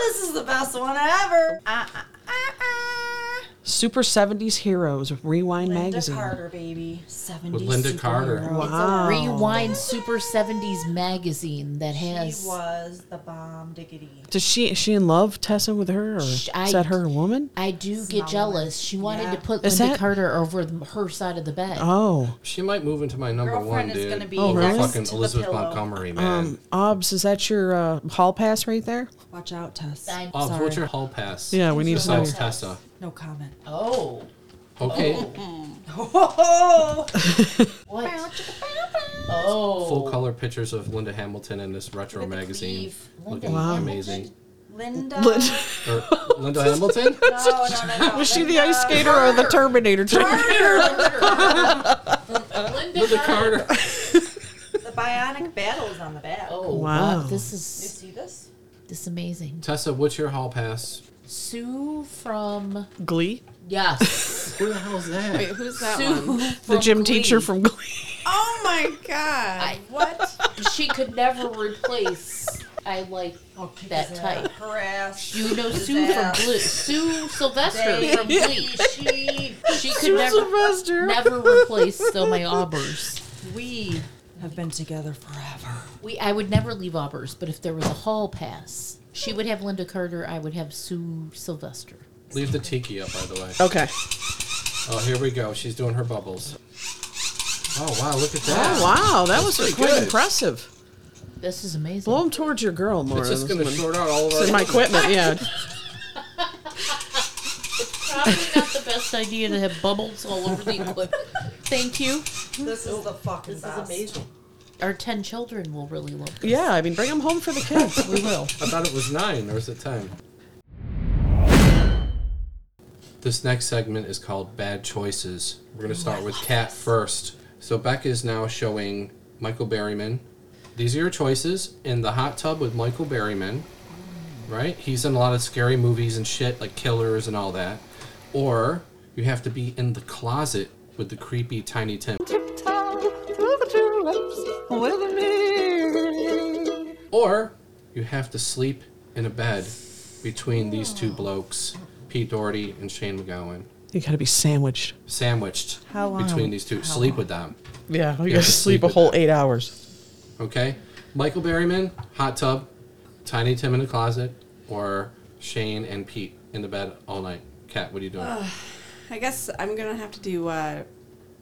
F: this is the best one ever. Uh, uh, uh, uh.
B: Super 70s Heroes Rewind
F: Linda
B: magazine.
F: Carter, baby.
D: 70s
E: With Linda
D: superhero.
E: Carter.
B: Wow.
D: It's a Rewind Super 70s magazine that has.
F: She was the bomb diggity.
B: Does she is she in love Tessa with her or
D: Sh- I-
B: is that her woman?
D: I do get jealous. She wanted
F: Yeah.
D: to put
B: Is
D: Linda
B: that-
D: Carter over the, her side of the bed.
B: Oh,
E: She might move into my number
F: Girlfriend
E: one,
F: is
E: dude.
F: gonna be
E: Oh,
B: next
E: fucking
F: to the
E: Elizabeth
F: pillow.
E: Montgomery, man.
B: um, Obs, is that your uh, hall pass right there?
F: Watch out, Tess.
D: I-
E: Obs,
F: sorry.
E: Oh, what's your hall pass?
B: Yeah, we need to know.
E: Besides Tessa.
F: No comment.
D: Oh.
E: Okay,
F: Oh,
D: What? Oh.
E: full color pictures of Linda Hamilton in this retro
D: Look at the
E: magazine.
D: cleave.
E: Looking
D: Linda Hamilton.
E: amazing.
F: Linda.
E: Or Linda Hamilton?
F: No, no, no, no.
B: Was she the ice skater or the Terminator? Oh,
E: Linda Carter.
F: The bionic battle is on the back.
D: Oh, wow.
B: Wow.
D: This
F: You
D: is
F: see this?
D: this is amazing.
E: Tessa, what's your hall pass?
D: Sue from
B: Glee,
D: yes,
E: Who the hell's that?
G: Wait, who's that
D: Sue
G: one?
B: the
D: from
B: gym
D: Glee.
B: teacher from Glee.
G: Oh my god!
D: I-
G: what?
D: She could never replace. I like that type.
F: Harass.
D: You know Sue from Glee. Sue Sylvester
F: They-
D: from Glee. She she could never
B: Sylvester.
D: never replace Selma Aubers.
F: We have been together forever.
D: We I would never leave Aubers, but if there was a hall pass, she would have Linda Carter. I would have Sue Sylvester.
E: Leave the tiki up, by the way.
B: Okay.
E: Oh, here we go. She's doing her bubbles. Oh, wow, look at that.
B: Oh wow, that was
E: pretty
B: quite
E: good.
B: impressive.
D: This is amazing.
B: Blow 'em towards your girl more.
E: It's just
B: this
E: going to
B: one.
E: short out all of
B: This
E: our.
B: is my equipment. Yeah.
D: Probably not the best idea to have bubbles all over the equipment. Thank you.
F: This is the fucking best.
D: Our ten children will really love this.
B: Yeah. I mean, bring them home for the kids. We will.
E: I thought it was nine, or is it ten? This next segment is called Bad Choices. We're going to start with Kat first. So, Becca is now showing Michael Berryman. These are your choices in the hot tub with Michael Berryman, right? He's in a lot of scary movies and shit, like Killers and all that. Or you have to be in the closet with the creepy Tiny Tim. Or you have to sleep in a bed between these two
F: Oh.
E: blokes, Pete Doherty and Shane McGowan,
B: You gotta be sandwiched.
E: sandwiched between these two. sleep with them.
B: Yeah.
E: have
B: You, gotta
E: to
B: sleep
E: sleep
B: a
E: with
B: whole
E: them.
B: eight hours.
E: Okay? Michael Berryman, hot tub, Tiny Tim in the closet, or Shane and Pete in the bed all night. Kat, what are you doing?
G: I guess I'm gonna have to do uh,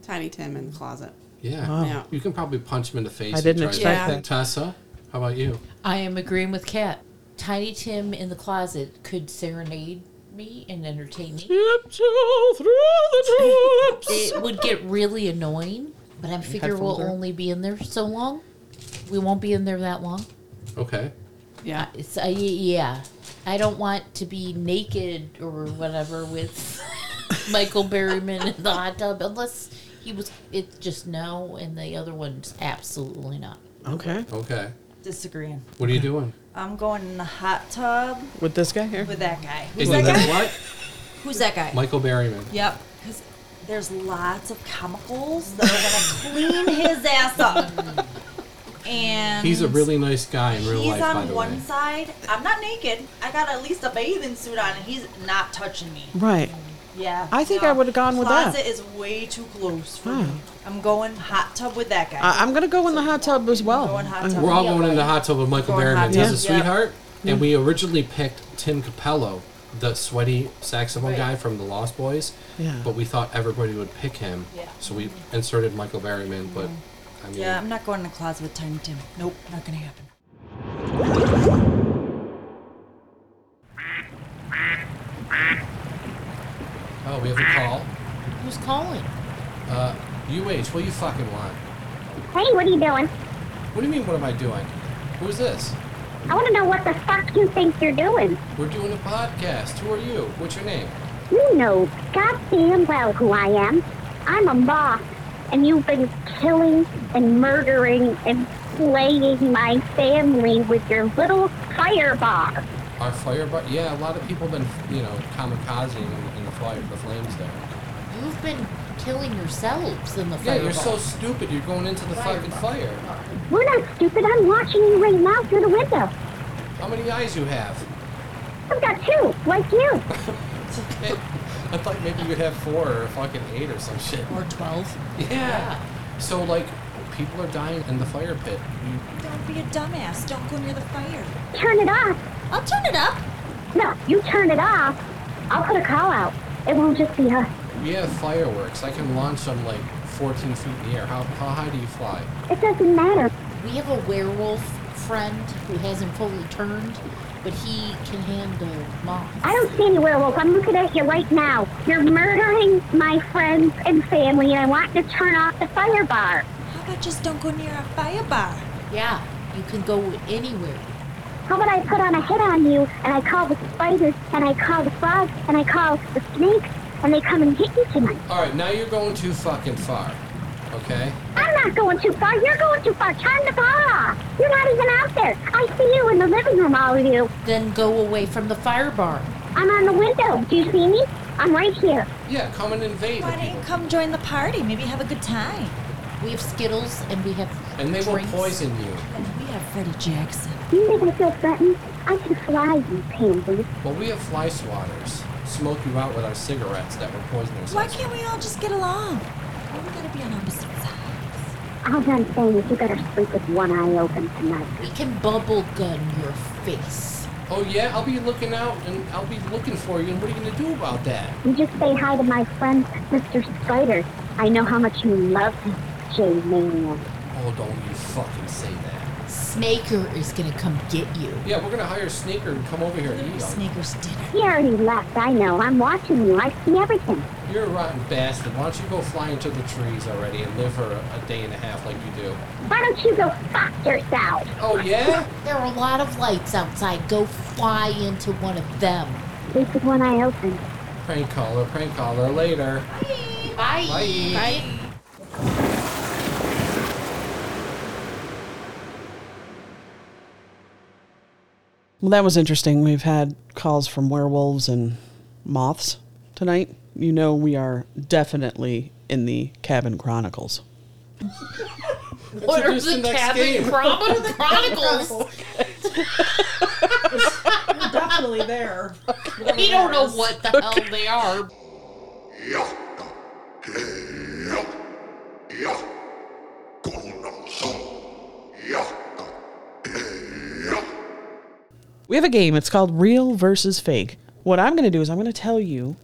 G: Tiny Tim in the closet.
E: yeah.
G: Yeah.
E: You can probably punch him in the face.
B: I
E: and
B: didn't
E: try to-
B: expect
G: Yeah.
B: that.
E: Tessa, how about you?
D: I am agreeing with Kat. Tiny Tim in the closet could serenade me and entertain me.
B: Tiptoe through the tulips.
D: It would get really annoying, but I figure we'll
B: headphones are-
D: only be in there so long. We won't be in there that long.
E: Okay.
G: Yeah.
D: It's uh, y- yeah. I don't want to be naked or whatever with Michael Berryman in the hot tub unless he was. It's just no, and the other one's absolutely not.
B: Okay.
E: Okay.
F: Disagreeing.
E: What are you doing?
F: I'm going in the hot tub
B: With this guy here.
F: with that guy.
E: Is that what?
F: Who's that guy?
E: Michael Berryman.
F: Yep. Because there's lots of chemicals that are going to clean his ass up. And
E: He's a really nice guy in real
F: he's
E: life, by
F: on
E: the
F: one
E: way.
F: side. I'm not naked. I got at least a bathing suit on, and he's not touching me.
B: Right.
F: Yeah.
B: I think I would've gone with that.
F: closet Closet is way too close for
B: Hmm.
F: me. I'm going hot tub with that guy.
B: I, I'm gonna go in the hot tub as well.
F: Going hot
B: I'm-
F: tub.
E: We're all going in the hot tub with Michael
F: Going hot
E: Berryman. He's a
F: tub. Yeah. Mm-hmm.
E: sweetheart. And we originally picked Tim Capello, the sweaty saxophone guy from The Lost Boys.
B: Yeah.
E: But we thought everybody would pick him.
F: Yeah. Mm-hmm.
E: So we inserted Michael Berryman, but I mean,
F: yeah, I'm not going in the closet with Tiny Tim. Nope, not gonna happen.
E: oh, we have a call.
D: Who's calling?
E: Uh, UH, what do you fucking want?
L: Hey, what are you doing?
E: What do you mean, what am I doing? Who's this?
L: I want to know what the fuck you think you're doing.
E: We're doing a podcast. Who are you? What's your name?
L: You know goddamn well who I am. I'm a moth, and you've been killing and murdering and slaying my family with your little firebar.
E: Our fire bar? Yeah, a lot of people have been, you know, kamikaze in, in the fire, the flames there.
D: You've been killing yourselves in the
E: Yeah,
D: fire.
E: you're so stupid. You're going into the fucking fire.
L: We're not stupid. I'm watching you right now through the window.
E: How many eyes you have?
L: I've got two, like you.
E: okay. I thought maybe you'd have four or fucking eight or some shit.
D: Or 12.
E: Yeah. So like, people are dying in the fire pit. You,
F: Don't be a dumbass. Don't go near the fire.
L: Turn it off.
F: I'll turn it up.
L: No, you turn it off. I'll put a call out. It won't just be us.
E: we have fireworks. I can launch them like 14 feet in the air. How, how high do you fly?
L: It doesn't matter.
D: We have a werewolf friend who hasn't fully turned, but he can handle moths.
L: I don't see any werewolf. I'm looking at you right now. You're murdering my friends and family, and I want to turn off the fire bar.
F: How about just don't go near a fire bar?
D: Yeah, you can go anywhere.
L: How about I put on a hit on you, and I call the spiders, and I call the frogs, and I call the snakes, and they come and get you tonight?
E: All right, now you're going too fucking far. Okay.
L: I'm not going too far. You're going too far. Turn the bar off. You're not even out there. I see you in the living room, all of you.
D: Then go away from the fire bar.
L: I'm on the window. Do you see me? I'm right here.
E: Yeah, come and invade. the
F: Why don't
E: people.
F: you come join the party? Maybe have a good time.
D: We have Skittles and we have
E: And they will
D: drinks.
E: poison you.
F: And we have Freddie Jackson.
L: You think I feel threatened? I can fly you, pansy.
E: Well, we have fly swatters. Smoke you out with our cigarettes that were poisonous.
F: Why can't we all just get along? Why we gotta be on opposite sides?
L: All I'm saying is you better sleep with one eye open tonight.
D: We can bubble gun your face.
E: Oh yeah, I'll be looking out and I'll be looking for you. And what are you gonna do about that?
L: You just say hi to my friend, Mr. Spider. I know how much you love him, Jay Maniac.
E: Oh, don't you fucking say that.
D: Snaker is gonna come get you.
E: Yeah, we're gonna hire Sneaker and come over here and eat him.
F: Sneakers dinner.
L: He already left, I know. I'm watching you. I see everything.
E: You're a rotten bastard. Why don't you go fly into the trees already and live for a, a day and a half like you do?
L: Why don't you go fuck yourself?
E: Oh yeah?
D: There are a lot of lights outside. Go fly into one of them.
L: Sleep with one eye open.
E: Prank caller, prank caller. Later.
D: Bye.
E: Bye.
B: Well, that was interesting. We've had calls from werewolves and moths tonight. You know, we are definitely in the Cabin Chronicles.
D: What are
E: Introduce
D: the,
E: the next
D: cabin
E: game.
D: chron- chronicles?
F: We're definitely there.
D: we don't know what the hell they are.
B: We have a game. It's called Real versus Fake. What I'm going to do is I'm going to tell you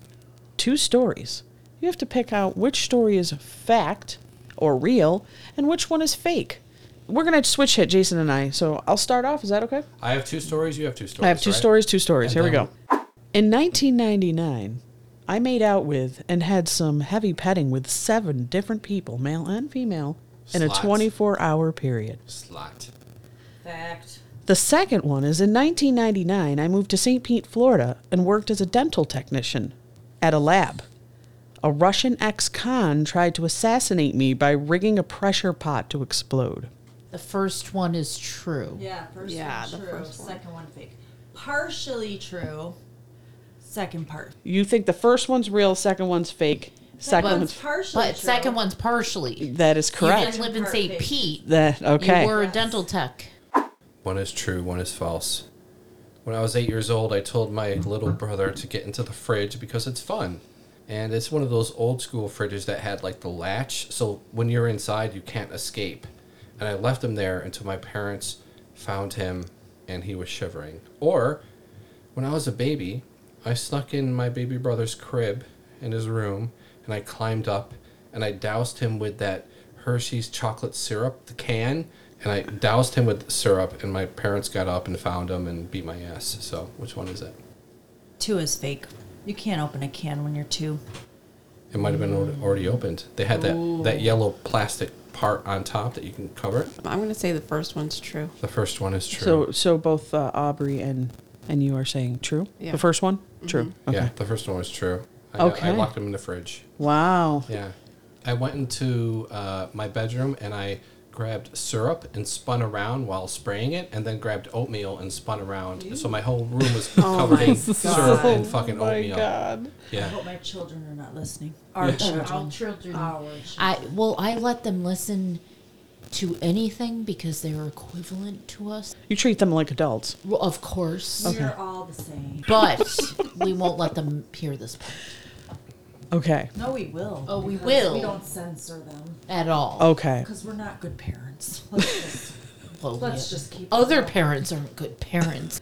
B: two stories. You have to pick out which story is fact or real and which one is fake. We're going to switch hit, Jason and I. So I'll start off. Is that okay?
E: I have two stories. You have two stories.
B: I have two
E: right?
B: stories, two stories.
E: And
B: Here we
E: then-
B: go. In 1999, I made out with and had some heavy petting with seven different people, male and female, in a
E: Slots.
B: 24 hour period.
E: Slot.
F: Fact.
B: The second one is in 1999, I moved to St. Pete, Florida, and worked as a dental technician at a lab. A Russian ex con tried to assassinate me by rigging a pressure pot to explode.
D: The first one is true.
F: Yeah, first
G: Yeah,
F: one
G: the
F: true.
G: first one.
F: Second one fake. Partially true. Second part.
B: You think the first one's real, second one's fake, second
F: one's
B: one's.
F: partially
D: But
F: true.
D: second one's partially.
B: That is
D: You
B: correct.
D: didn't live in St. Pete.
B: That okay.
D: You were a dental tech.
E: One is true, one is false. When I was eight years old, I told my little brother to get into the fridge because it's fun. And it's one of those old school fridges that had like the latch, so when you're inside, you can't escape. And I left him there until my parents found him and he was shivering. Or when I was a baby, I snuck in my baby brother's crib in his room and I climbed up and I doused him with that Hershey's chocolate syrup, the can, and I doused him with syrup and my parents got up and found him and beat my ass. So, which one is it?
F: Two is fake. You can't open a can when you're two.
E: It might have been al- already opened. They had that, that yellow plastic part on top that you can cover. it.
G: I'm going to say the first one's true.
E: The first one is true.
B: So so both uh, Aubrey and and you are saying true.
G: Yeah.
B: The first one,
D: Mm-hmm.
B: true. Okay.
E: Yeah, the first one was true. I, I
B: Mm-hmm. Okay.
E: locked him in the fridge.
B: Wow.
E: Yeah. I went into uh, my bedroom and I grabbed syrup and spun around while spraying it, and then grabbed oatmeal and spun around. So my whole room was
B: Oh
E: covered in syrup and fucking oatmeal.
F: I
E: Yeah.
F: hope my children are not listening. Our children. Our children.
D: I well, I let them listen to anything because they are equivalent to us.
B: You treat them like adults.
D: Well, of course.
F: We're all the same.
D: But we won't let them hear this part
B: Okay.
F: No, we will.
D: Oh, we
F: because
D: will.
F: We don't censor them
D: at all.
B: Okay.
F: because we're not good parents. Let's just,
D: Well,
F: let's
D: yeah.
F: just keep.
D: Other parents aren't good parents.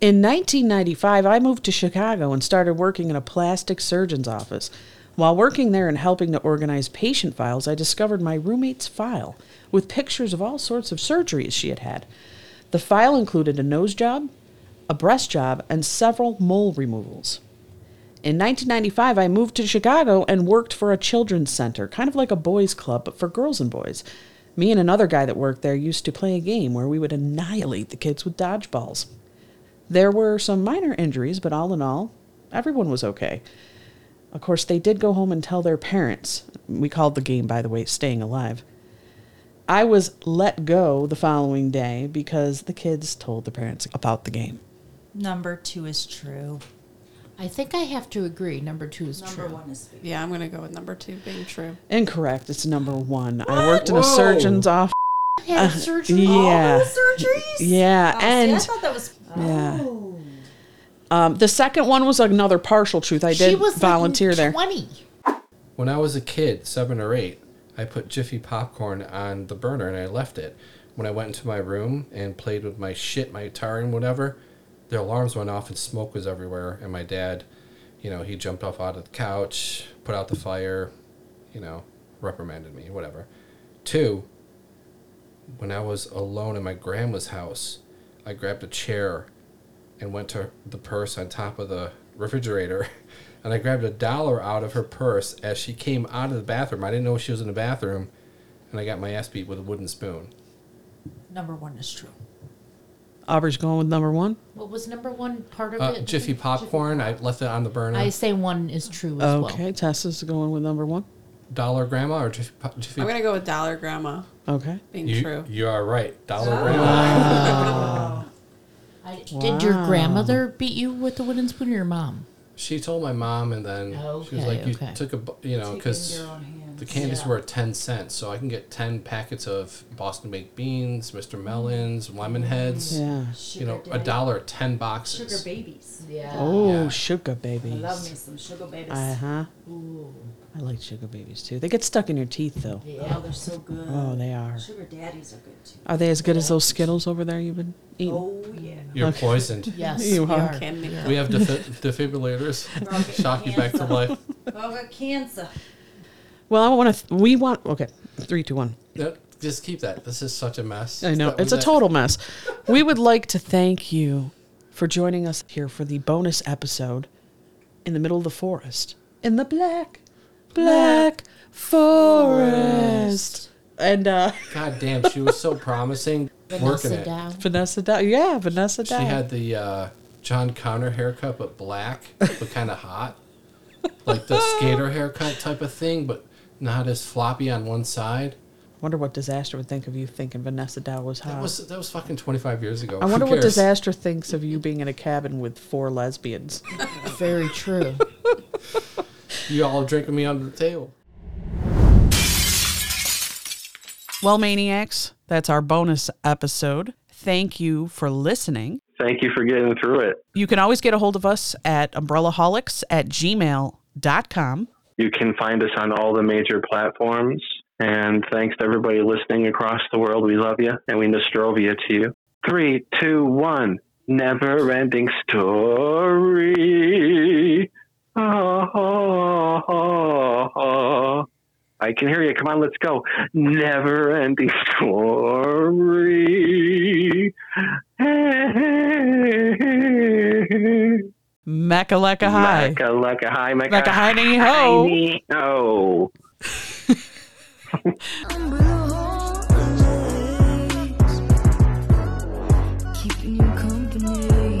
B: In 1995, I moved to Chicago and started working in a plastic surgeon's office. While working there and helping to organize patient files, I discovered my roommate's file with pictures of all sorts of surgeries she had had. The file included a nose job, a breast job, and several mole removals. In 1995, I moved to Chicago and worked for a children's center, kind of like a boys' club, but for girls and boys. Me and another guy that worked there used to play a game where we would annihilate the kids with dodgeballs. There were some minor injuries, but all in all, everyone was okay. Of course, they did go home and tell their parents. We called the game, by the way, Staying Alive. I was let go the following day because the kids told the parents about the game.
F: Number two is true.
D: I think I have to agree. Number two is
F: Number
D: true.
F: one is fake.
G: Yeah, I'm gonna go with number two being true.
B: Incorrect. It's number one. I worked in a surgeon's office.
D: Had surgery.
B: Yeah.
F: Surgeries.
B: Yeah.
F: Oh, see, I
B: and
F: thought that was. Oh.
B: yeah. Um, the second one was another partial truth. I did
D: she was
B: volunteer
D: like
B: there.
D: Twenty.
E: When I was a kid, seven or eight, I put Jiffy popcorn on the burner and I left it. When I went into my room and played with my shit, my guitar and whatever, the alarms went off and smoke was everywhere. And my dad, you know, he jumped off out of the couch, put out the fire, you know, reprimanded me, whatever. Two, when I was alone in my grandma's house, I grabbed a chair and went to the purse on top of the refrigerator and I grabbed a dollar out of her purse as she came out of the bathroom. I didn't know she was in the bathroom and I got my ass beat with a wooden spoon.
F: Number one is true.
B: Aubrey's going with number one.
D: What was number one part of
E: Uh,
D: it?
E: Jiffy popcorn, I left it on the burner.
D: I say one is true as
B: Okay. Tessa's going with number one.
E: Dollar grandma or Jiffy, po- Jiffy
G: I'm gonna go with Dollar Grandma
B: Okay.
G: being
E: you,
G: true.
E: You are right. Dollar grandma.
D: well. I, Did your grandmother beat you with a wooden spoon or your mom?
E: She told my mom and then she was
D: Okay,
E: like, you
D: okay.
E: took a, bu- you know, because the candies were 10 cents. So I can get 10 packets of Boston baked beans, Mr. Melons, lemon heads,
B: Yeah.
E: you know, a dollar, 10 boxes.
F: Sugar babies.
D: Yeah.
B: Oh,
E: Yeah.
B: sugar babies.
F: Love me some sugar babies.
B: Uh huh. I like sugar babies too. They get stuck in your teeth though.
F: Oh, they're so good.
B: Oh, they are.
F: Sugar daddies are good too.
B: Are they as good as those Skittles over there you've been eating?
F: Oh yeah.
E: You're poisoned.
D: Yes.
B: You
D: we
B: are
D: are.
G: Can be.
E: We have defi- defibrillators. Shock you back to life.
F: Oh, I got cancer.
B: Well, I want to. Th- we want. Okay, three, two, one.
E: No, just keep that. This is such a mess.
B: I know
E: That
B: it's a
E: was it.
B: total mess. We would like to thank you for joining us here for the bonus episode in the middle of the forest in the black, black forest. And uh,
E: God damn, she was so promising. Working
D: Vanessa
E: it.
D: Dow.
B: Vanessa Dow. Yeah, Vanessa
E: She
B: Dow.
E: had the uh, John Connor haircut, but black, but kind of hot, like the skater haircut type of thing, but not as floppy on one side.
B: Wonder what disaster would think of you thinking Vanessa Dow was hot.
E: That was that was fucking twenty five years ago.
B: I
E: Who
B: wonder what
E: cares?
B: disaster thinks of you being in a cabin with four lesbians.
D: Very true.
E: You all drinking me under the table.
B: Well, Maniacs, that's our bonus episode. Thank you for listening.
C: Thank you for getting through it.
B: You can always get a hold of us at umbrellaholics at gmail.com.
C: You can find us on all the major platforms. And thanks to everybody listening across the world. We love you and we nostrovia to you. Three, two, one. Never ending story. Ah, ah, ah, ah. I can hear you. Come on, let's go. Never ending story.
B: Mecca Lecca High.
C: Mecca, Lecca, hi, Mecca.
B: Mecca High Ninny Ho.
C: Oh.
A: Keeping you company.